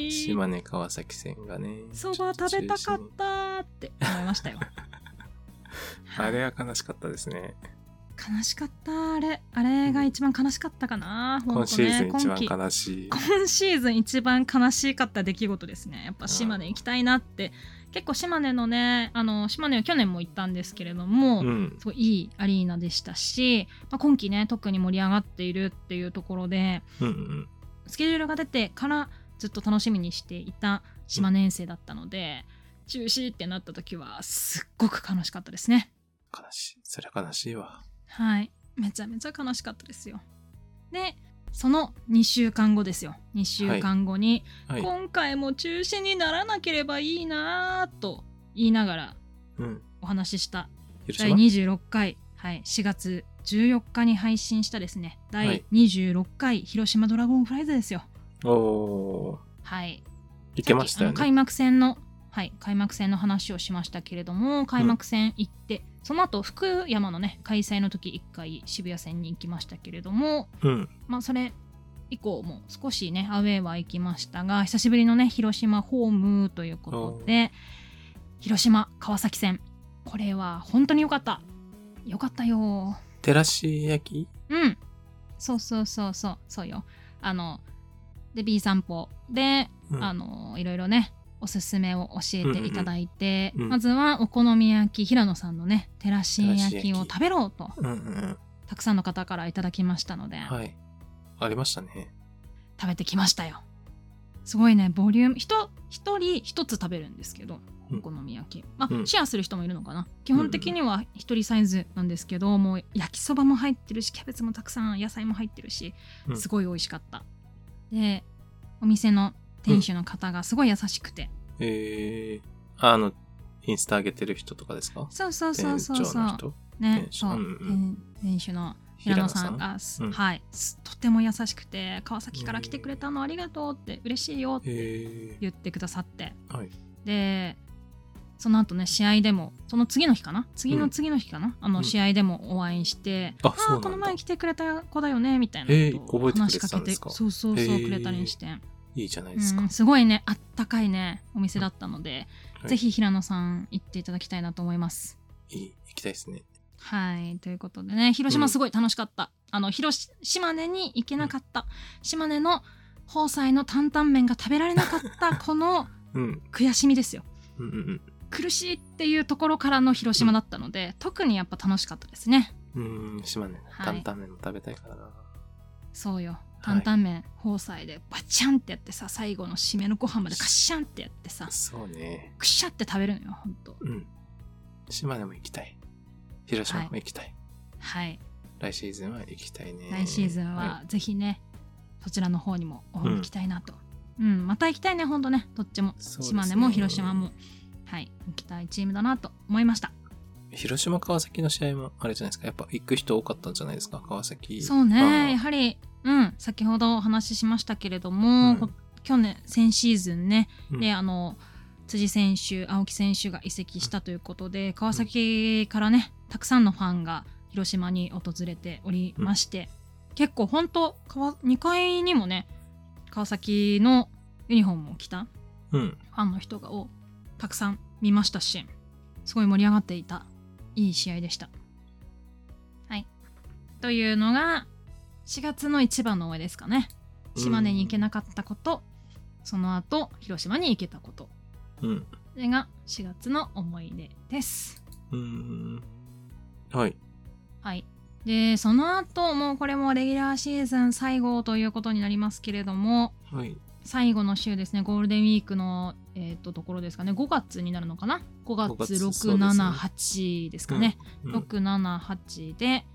ー島根川崎線がね。そば食べたかったーって思い ましたよたあれは悲しかったですね。悲しかったーあれあれが一番悲しかったかな、ほんとね今シーズン一今季番悲しい。今シーズン一番悲しかった出来事ですねやっぱ島根行きたいなって結構島根のねあの島根は去年も行ったんですけれども、うん。すごいいいアリーナでしたし、まあ、今季ね特に盛り上がっているっていうところでうんうん。スケジュールが出てからずっと楽しみにしていた島根遠征だったので、中止ってなった時はすっごく悲しかったですね悲しい。それは悲しいわ。はいめちゃめちゃ悲しかったですよでその2週間後ですよ2週間後に、はい。今回も中止にならなければいいなぁと言いながらうん。お話しした広第島26回、はい、4月14日に配信したですねはい第26回広島ドラゴンフライズですよ。おー。はい、行けましたよさっきあの開ね。幕戦の、はい、開幕戦の話をしましたけれども開幕戦行って、その後福山のね開催の時1回渋谷戦に行きましたけれども、うん。まあ、それ以降も少しねアウェーは行きましたが久しぶりのね広島ホームということで広島川崎戦これは本当に良かった良かったよ照らし焼きうんそうそうそうそうそうよあので B 散歩で、うんあのいろいろねおすすめを教えていただいて、うんうんうんうんまずはお好み焼き平野さんのね照らし焼きを食べろうとうんうんたくさんの方からいただきましたので、うん。はい。ありましたね。食べてきましたよすごいねボリューム一一人一つ食べるんですけどうんお好み焼き、まあうんシェアする人もいるのかな基本的には一人サイズなんですけど、もう焼きそばも入ってるしキャベツもたくさん野菜も入ってるしうんすごい美味しかった、でお店の店主の方がすごい優しくて、えー、あの、インスタ上げてる人とかですかそうそうそうそう店長そのう人ね店主そう、うんうん店店主の平野さん平がすうんはいすとても優しくて川崎から来てくれたのありがとうって嬉しいよってえ言ってくださってー、はい。でその後ね試合でもその次の日かな次の次の日かな、あうんの試合でもお会いして「ああそうなんあだこの前来てくれた子だよね」みたいえーなことを覚え話てしくれてかたけんでてすかそうそうそへうーくれたりして、いいじゃないうですか。ん、すごいねあったかいねお店だったので、はいぜひ平野さん行っていただきたいなと思います。いい、行きたいですね。はいということでね広島すごい楽しかった、あの広し島根に行けなかった、島根の宝菜の担々麺が食べられなかったこのうん。悔しみですよ。うんうん苦しいっていうところからの広島だったので、特にやっぱ楽しかったですねうん。うーん、島根ね、はい担々麺も食べたいからな。そうよはい担々麺包菜でバチャンってやってさ最後の締めのご飯までカッシャンってやってさそうね。クシャって食べるのよほんとうん。島根も行きたい。広島も行きたい。はい、来シーズンは行きたいね。来シーズンはぜひね、そちらの方にもお行きたいなとうん、また行きたいねほんとねどっちも、そうですね島根も広島もはい行きたいチームだなと思いましたい。広島、川崎の試合もあれじゃないですか。やっぱ行く人多かったんじゃないですか。川崎。そうねやあはりうん先ほどお話ししましたけれどうも、んこ去年先シーズンねーうんであの辻選手青木選手が移籍したということで川崎からねたくさんのファンが広島に訪れておりまして、結構本当川2階にもね川崎のユニフォームを着たうん。ファンの人がをたくさん見ましたしすごい盛り上がっていたいい試合でした。はいというのが4月の一番の思いですかね。島根に行けなかったこと、その後広島に行けたことうん。それが4月の思い出ですうん。はい。はい。で、その後、もうこれもレギュラーシーズン最後ということになりますけれども、はい。最後の週ですね、ゴールデンウィークの、えーっと、ところですかね、5月になるのかな ?5 月5 6、月そうですね7、8ですかね。うん6、7、8で、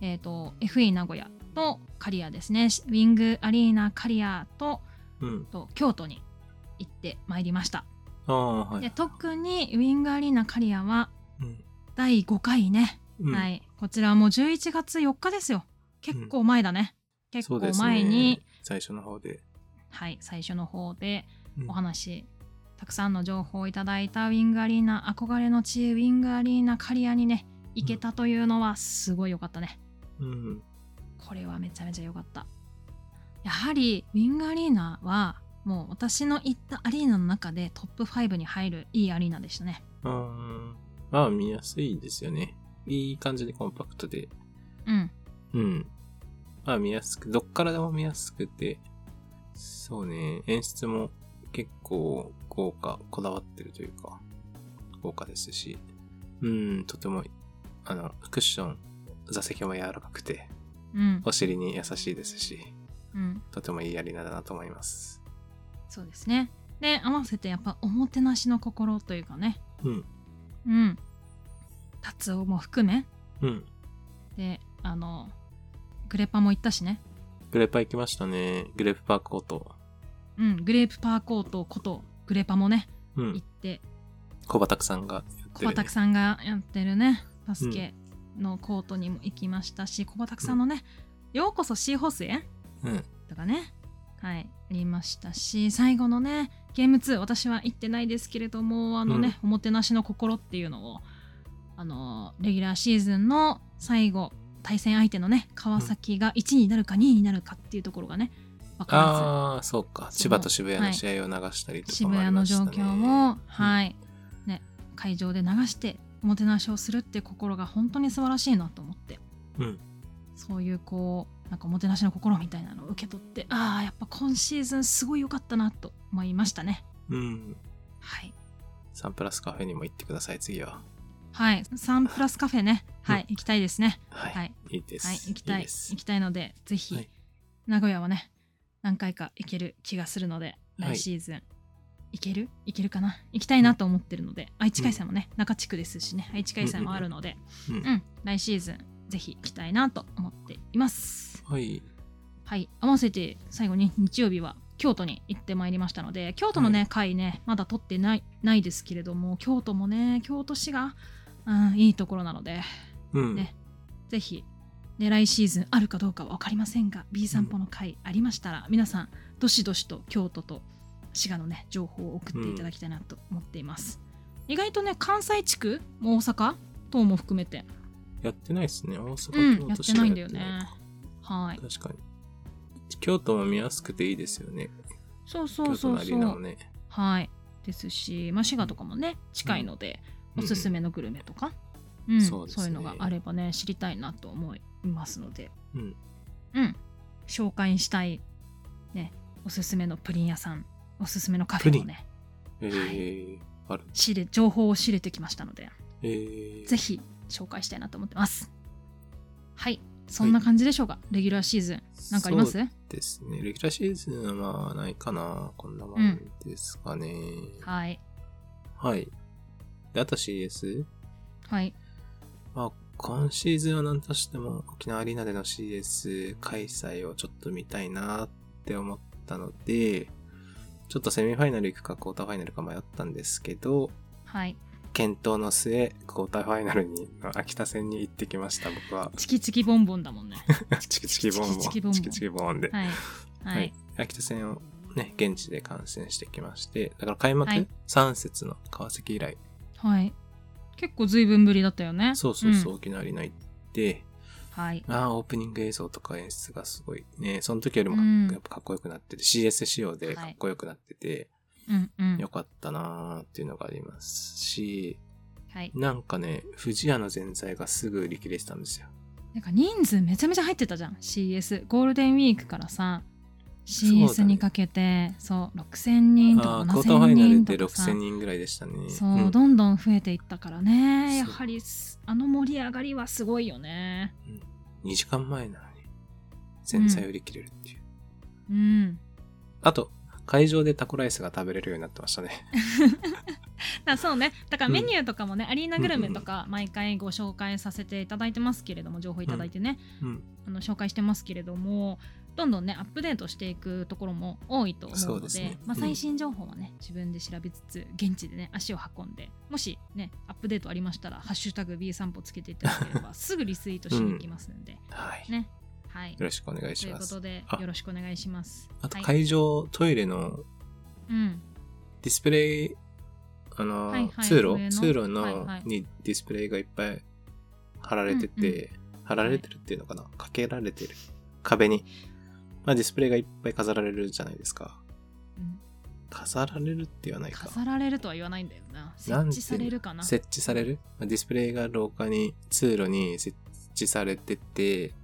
えーっ、と、FE 名古屋とカリアですね、ウィングアリーナカリアと、うん。と京都に行ってまいりました。ああ、はで、い。特にウィングアリーナカリアはうん第5回ね、うんはい、こちらはもう11月4日ですよ。結構前だね。結そ構うですね前に、最初の方で。はい、最初の方でうんお話、たくさんの情報をいただいたウィングアリーナ、憧れの地、ウィングアリーナカリアにね、行けたというのはすごい良かったね。うん。これはめちゃめちゃ良かった。やはりウィングアリーナはもう私の行ったアリーナの中でトップ5に入るいいアリーナでしたね。うん。まあ、見やすいですよね。いい感じでコンパクトで。うん。うん。まあ、見やすく、どっからでも見やすくて、そうね、演出も結構豪華、こだわってるというか、豪華ですし、うん、とても、あの、クッション、座席も柔らかくて、うん。お尻に優しいですし、うん。とてもいいアリーナだなと思います。そうですね。で、合わせてやっぱおもてなしの心というかね、うん、うん。達夫も含め。うん。で、あの、グレパも行ったしね。グレーパー行きましたね。グレープパーコート。うん、グレープパーコートことグレパもね、う行んっ。て、小畑さんがやってる、小畑ん。さんがやってるね、バスケのコートにも行きましたし、小畑さんのね、ようこそシーホースへうん。とかね、はい、ありましたし、最後のね、ゲーム2、私は行ってないですけれども、あのね、おもてなしの心っていうのを、あの、レギュラーシーズンの最後、対戦相手のね、川崎が1位になるか2位になるかっていうところがね、分からああ、そうか。その千葉と渋谷の試合を流したりとず、か渋もあり谷のまし状たね。況も、はい、ね、会場で流して、おもてなしをするって心が本当に素晴らしいなと思って。うん。そういうこうなんかおもてなしの心みたいなのを受け取ってああやっぱ今シーズンすごい良かったなと思いましたねうん。はいサンプラスカフェにも行ってください、次は。はいサンプラスカフェねはい、行きたいですねはい。、はいいいです。はい行きたいです行きたいのでぜひ、はい名古屋はね何回か行ける気がするのではい来シーズン、行ける行けるかな行きたいなと思ってるので、愛知開催もね、中地区ですしね愛知開催もあるのでうんうん、来シーズンぜひ行きたいなと思っていますはい。はい、合わせて最後に日曜日は京都に行ってまいりましたので京都のね、は会ねまだ取ってないないですけれども京都もね京都市が、うん、いいところなのでうん。ねぜひね来シーズンあるかどうかは分かりませんが B 散歩の会ありましたら、皆さんどしどしと京都と滋賀のね情報を送っていただきたいなと思っています、意外とね関西地区も大阪等も含めてやってないですね。大う阪、ん京や都って市がやないっんてだよねはい確かに。京都も見やすくていいですよね。そうそ京う都そのうアリそーナもうね。はい。ですし、まあ、滋賀とかもね、近いので、うんおすすめのグルメとか、うんそそううですねいうのがあればね、知りたいなと思いますので、うんうん紹介したい、ね、おすすめのプリン屋さん、おすすめのカフェもね、えー、ある。知れ情報を知れてきましたので、えー、ぜひ紹介したいなと思ってます。はい、そんな感じでしょうか、レギュラーシーズン、なんかありますそうですね。レギュラーシーズンはまあないかな。こんなもんですかね。はい。はい。で、あと CS? はい。まあ、今シーズンは何としても沖縄アリーナでの CS 開催をちょっと見たいなって思ったので、ちょっとセミファイナル行くかクォーターファイナルか迷ったんですけど、はい。。検討の末、クォーターファイナルに、秋田戦に行ってきました、僕は チキチキボンボンだもんね。チキチキボンボン。チキチキボンボンチキチキボンで。はい。ははいい。。秋田戦をね、現地で観戦してきまして、だから開幕、はい3節の川崎以来、はい。結構ずいぶんぶりだったよね。そうそうそう、ん沖縄アリーナ行って、はい。ああ、オープニング映像とか演出がすごいね、その時よりもかっ,、うんやっぱかっこよくなってて、CS 仕様ではかいっこよくなってて、うんうん。よかったなーっていうのがありますし、はい。なんかね、藤屋の全財がすぐ売り切れてたんですよ。なんか人数めちゃめちゃ入ってたじゃん。CS。ゴールデンウィークからさ、そうだ CS ねにかけてそう,、6000人とかああ、クォーターファ7000イナル人でとかさ6000人ぐらいでしたね。そう、んどんどん増えていったからねやそうはりすあの盛り上がりはすごいよね2時間前なのに、前菜売り切れるっていう。うんあと、会場でタコライスが食べれるようになってま したね。だそうねだからうんメニューとかもね、アリーナグルメとか毎回ご紹介させていただいてますけれども情報いただいてね、うん。あの紹介してますけれどもどんどんねアップデートしていくところも多いと思うそうのでですねまあ、うん最新情報はね、自分で調べつつ現地でね足を運んでもしねアップデートありましたら「ハッシュタグ #B 散歩」つけていただけ ればすぐリツイートしに行きますんで、はい。ねはいよろしくお願いとしいうまこす。とであよろしくお願いしますあと、はい会場、トイレのうんディスプレイ、あの、はいはい通上の路、通路の、はいはいにディスプレイがいっぱい貼られてて、貼られてるっていうのかなかけられてる。壁に。まあ、ディスプレイがいっぱい飾られるじゃないですか。うん飾られるって言わないか。飾られるとは言わないんだよな設なんて置されるかな設置されるまあディスプレイが廊下に、通路に設置されてて、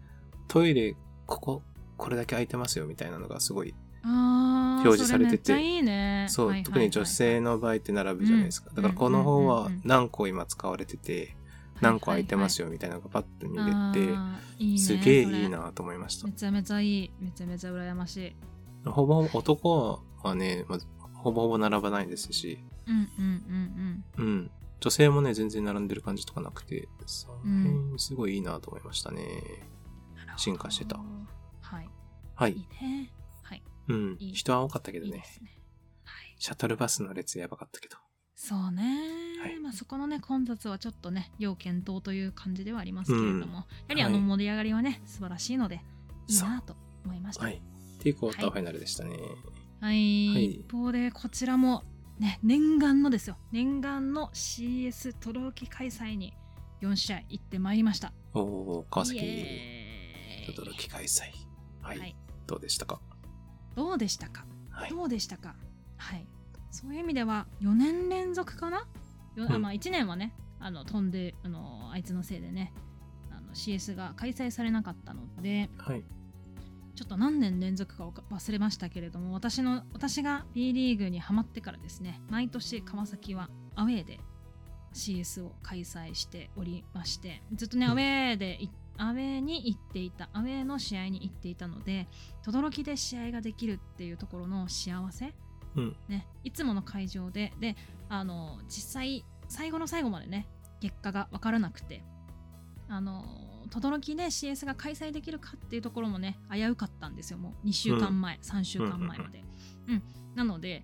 トイレ、ここ、これだけ空いてますよみたいなのがすごい。あー表示されててそめっちゃいいねそう、はいはいはい特に女性の場合って並ぶじゃないですか。うんだからこの方うんうはんうんうん何個今使われてて、何個空いてますよみたいなのがパッと見れて、あーいいねすげえそれいいなと思いましため。ちゃめちゃいいめちゃめちゃ羨ましいほぼほぼ男はね、まあほぼほぼ並ばないですし、うんうんうん。女性もね、全然並んでる感じとかなくて、その辺すごいいいなと思いましたね。うんうん進化してたはいはいい。いねはいうん。いい人は多かったけどいいねですねはいシャトルバスの列やばかったけど。そうね、はいまあそこのね混雑はちょっとね要検討という感じではありますけれうんども、やはりあのはい盛り上がりはね、素晴らしいのでいいそうなと思いましたはい。っていうクォーターファイナルでしたね。はい、はい一方でこちらも、ね、念願のですよ念願の CS とろき開催に4試合行ってまいりましたおおー川イ崎、エーイ轟開催。はい、はいどうでしたかどうでしたかはい。どうでしたかはいそういう意味では4年連続かな、よあうんまあ1年はねあの飛んであのあいつのせいでねあの CS が開催されなかったのではい。ちょっと何年連続かわか忘れましたけれども私の私が B リーグにハマってからですね毎年川崎はアウェーで CS を開催しておりましてずっとねうんアウェーでいアウェーに行っていたアウェーの試合に行っていたので轟で試合ができるっていうところの幸せ、うんね、いつもの会場でであの実際最後の最後までね結果が分からなくてあの轟で CS が開催できるかっていうところもね危うかったんですよもう2週間前、3週間前まで、うんなので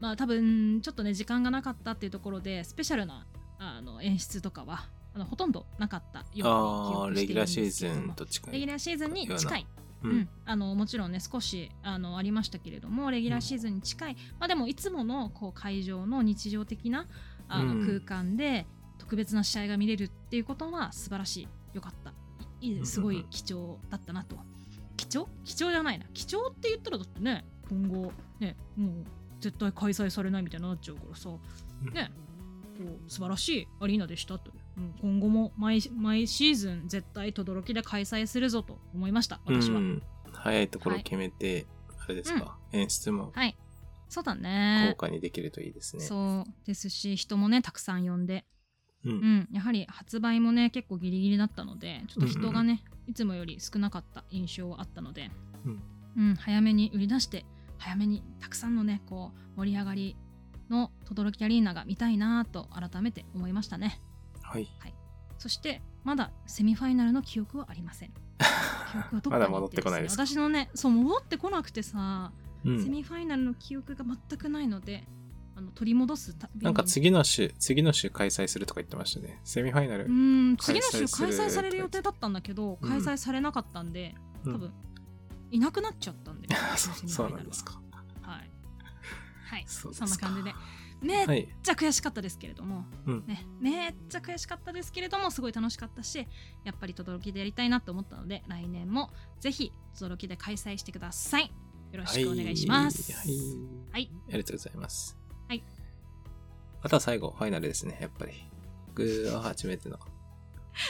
まあ多分ちょっとね時間がなかったっていうところでスペシャルなあの演出とかはあのほとんどなかったように記ああ、憶レしてギいュるんラーでシーすズけれどンもと近レギュい。ラーシーズンに近い、ううん。あのもちろんね少しあのありましたけれどもレギュラーシーズンに近い、まあ、でもいつものこう会場の日常的なあうのん空間で特別な試合が見れるっていうことは素晴らしいよかったいいいすごうんいうんうん貴重だったなと貴重貴重じゃないな貴重って言ったらだってね今後ねもう絶対開催されないみたいになっちゃうからさんねこう素晴らしいアリーナでしたと、うん今後も毎毎シーズン絶対轟で開催するぞと思いました私は、うん。早いところ決めて、あれですか、演出もはい。そうだ豪ね。華にできるといいですね。そうですし、人もね、たくさん呼んで、う。うんん、やはり発売もね、結構ギリギリだったので、ちょっと人がね、いつもより少なかった印象はあったので、うんうん、早めに売り出して、早めにたくさんのね、こう、盛り上がりの轟アリーナが見たいなぁと改めて思いましたね。はい。そして、まだセミファイナルの記憶はありません。記憶はどっまかにだ行戻ってこないですか。私のね、そう、戻ってこなくてさ、うセん。ミファイナルの記憶が全くないので、あの取り戻すたびになんか次の週、次の週開催するとか言ってましたね。セミファイナルう。ん次の開週催する開催される予定だったんだけど、うん開催されなかったんで、うん多分いなくなっちゃったんで、 あ そセうミフそァうイなんナルではすか。はい、はい、そそうですかんな感じでめっはい。ちゃ悔しかったですけれども、うんね、めっちゃ悔しかったですけれどもすごい楽しかったしやっぱり轟でやりたいなと思ったので来年もぜひ轟で開催してくださいよろしくお願いします、はい。はいありがとうございます。はい。あとは最後、ファイナルですね、やっぱり。僕は初めての。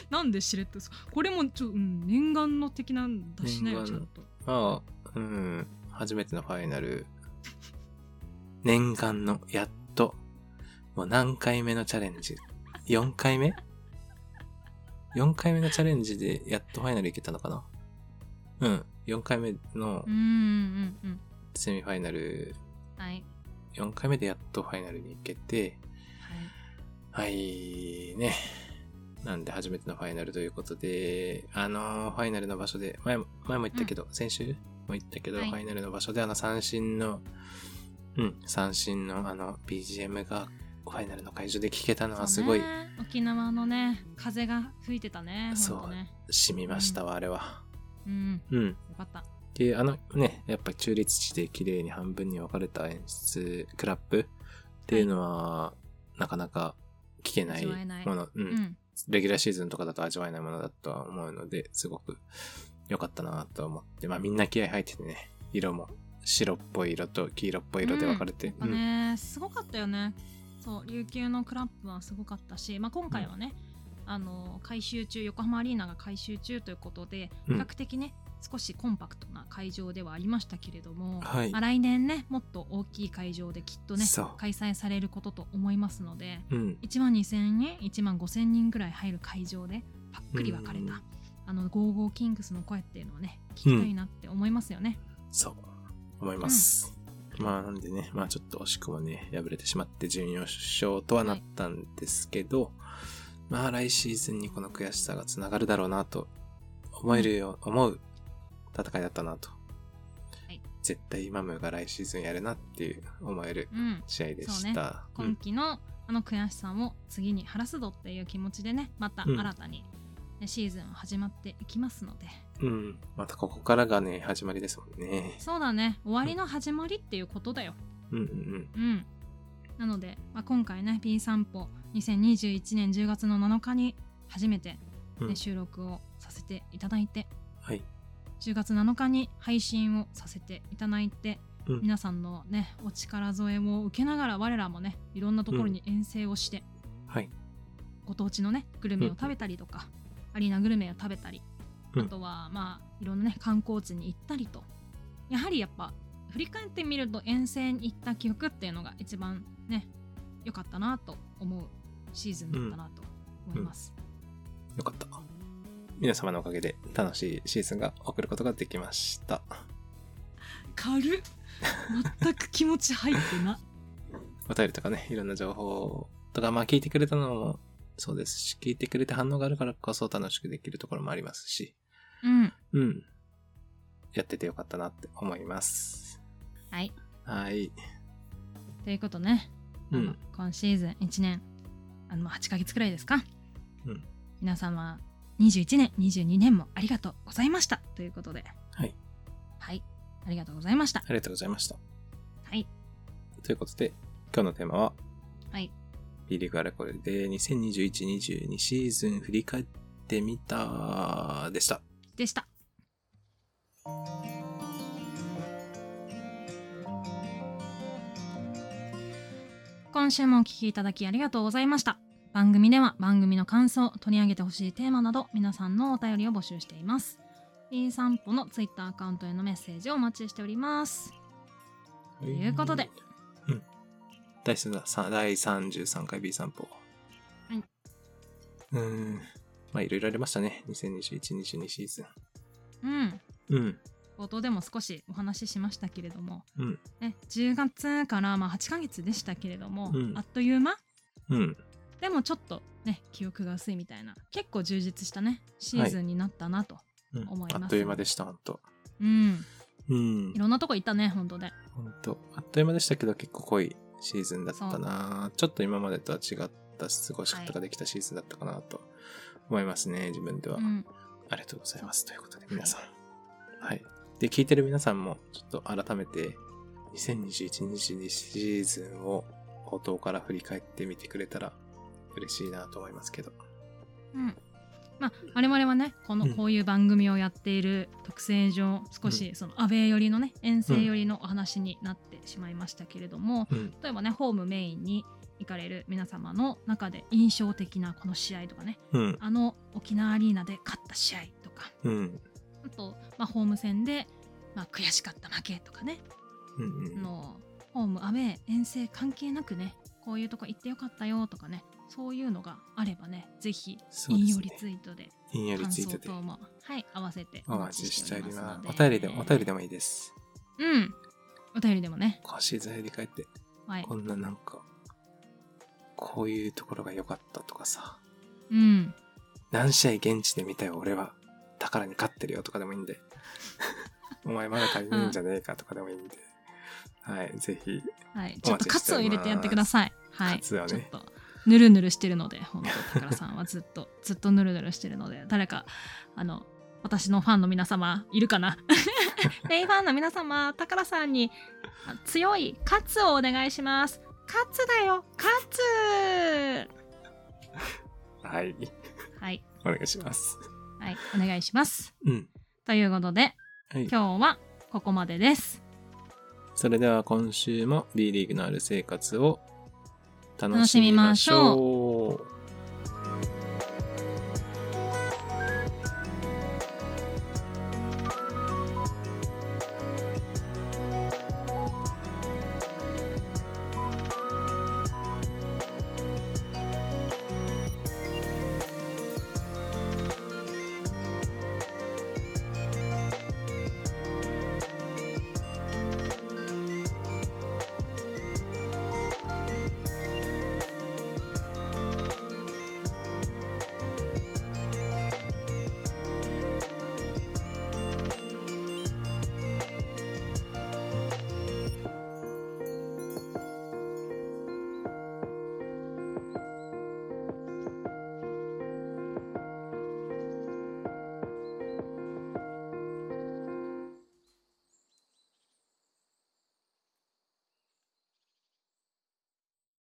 なんでしれっとそうこれもちょ、うん、念願の的なんだしなよ念ちゃ願んとまあ、うん。初めてのファイナル、念願のやっと、もう何回目のチャレンジ ?4 回目 ?4 回目のチャレンジでやっとファイナルいけたのかなうん。4回目のうんうんうんセミファイナル、はい4回目でやっとファイナルに行けて、はいはい、ね。なんで初めてのファイナルということで、あのーファイナルの場所で、前も、前も言ったけど、先週も言ったけど、はいファイナルの場所であの三振の、うん、三振のあの BGM がファイナルの会場で聴けたのはすそうごいね沖縄のね風が吹いてたねそうほんとね染みましたわ、あれは。うんうん。よかったで、あのね、やっぱ中立地で綺麗に半分に分かれた演出、クラップっていうのは、なかなか聞けない味わえないもの、ううんんレギュラーシーズンとかだと味わえないものだとは思うので、すごく良かったなと思って、まあみんな気合入っててね、色も白っぽい色と黄色っぽい色で分かれて、うんやっぱねすごかったよねそう琉球のクラップはすごかったし、まあ、今回はね、あの改修中横浜アリーナが改修中ということで比うん較的ね、少しコンパクトな会場ではありましたけれども、はいまあ、来年ねもっと大きい会場できっとねそう開催されることと思いますのでうん、うん、 1万2000人1万5000人ぐらい入る会場でパックリ分かれうんたあのゴーゴーキングスの声っていうのをね聞きたいなって思いますよね。そう、思います。まあなんでね、まあちょっと惜しくもね、敗れてしまって準優勝とはなったんですけど、まあ来シーズンにこの悔しさがつながるだろうなと思えるよ、思う戦いだったなと。い絶対マムが来シーズンやるなっていう思えるうん試合でした。う今ん期のあの悔しさを次に晴らすぞっていう気持ちでねまたうん新たにね、シーズンは始まっていきますのでうん。またここからがね、始まりですもんね。そうだね終わりの始まりっていうことだようんうんうんなので、まあ、今回ね B 散歩2021年10月の7日に初めてね、うん収録をさせていただいてうん。はい。 10月7日に配信をさせていただいて、うん皆さんのねお力添えを受けながら我らもねいろんなところに遠征をして、はい。ご当地のねグルメを食べたりとか、アリーナグルメを食べたり、うんあとはまあいろんなね観光地に行ったりとやはりやっぱ振り返ってみると遠征に行った記憶っていうのが一番ね良かったなと思うシーズンだったなと思います、よかった。皆様のおかげで楽しいシーズンが送ることができました。軽っ 全く気持ち入ってなお便りとかね、いろんな情報とか、まあ聞いてくれたのもそうですし、聞いてくれて反応があるからこそ楽しくできるところもありますし、うんうん。やっててよかったなって思います。はいはい。ということね、うあのん。今シーズン1年あのまあ8ヶ月くらいですか、うん皆様21年22年もありがとうございましたということではい。はい。ありがとうございましたあ。りがとうございました。はい。ということで、今日のテーマは、はい。 B リーグあれこれで2021-22シーズン振り返ってみたでした。でした。今週もお聞きいただきありがとうございました。番組では番組の感想、取り上げてほしいテーマなど皆さんのお便りを募集しています。B 散歩のツイッターアカウントへのメッセージをお待ちしております。ということで。うん。第数がさ第33回 B 散歩。はい。うーん。まあ、いろいろありましたね。2021、22シーズン。うん。うん。冒頭でも少しお話ししましたけれども、うん。ね、10月からまあ8ヶ月でしたけれども、うんあっという間うん。でもちょっとね記憶が薄いみたいな結構充実したねシーズンになったなと、うん思いますあっという間でした、ほんと。うんうんい。ろんなとこ行ったね本当でほんと。あっという間でしたけど、結構濃いシーズンだったなちょっと今までとは違った過ごし方ができたシーズンだったかなと思いますね、自分では。うんありがとうございます。ということで、皆さん。はい。で、聞いてる皆さんも、ちょっと改めて、2021、22シーズンを、冒頭から振り返ってみてくれたら、嬉しいなと思いますけど。うんまあ我々はねこの、うんこういう番組をやっている特性上少しその安倍寄りのね遠征寄りのお話になってしまいましたけれども、うん。例えばねホームメインに行かれる皆様の中で印象的なこの試合とかねうん。あの沖縄アリーナで勝った試合とかうん。あと、まあ、ホーム戦でまあ、悔しかった負けとかね、うんうん。のホームアウェー遠征関係なくねこういうとこ行ってよかったよとかねそういうのがあればねぜひそうです引用ねリツイートでひんやり感ついて想て等もはい合わせてお待ちしておりのます。でお便りでも、お便りでもいいです。うんお便りでもね今シーズン振り返って、はいこんななんか、こういうところが良かったとかさ、うん何試合現地で見たよ、俺は、宝に勝ってるよとかでもいいんで、 お前まだ足りないんじゃねえかとかでもいいんで、はい、ぜひ、はいおちょっ待とちして喝おをり入ますれてやってくださいはい喝はねちょっとぬるぬるしてるので本当宝さんはずっと ずっとぬるぬるしてるので誰かあの私のファンの皆様いるかな レイファンの皆様宝さんにあ強い喝をお願いします喝だよ喝はい、はいお願いします。はいお願いしますうん。ということではい。今日はここまでですそれでは今週も B リーグのある生活を楽しみましょう。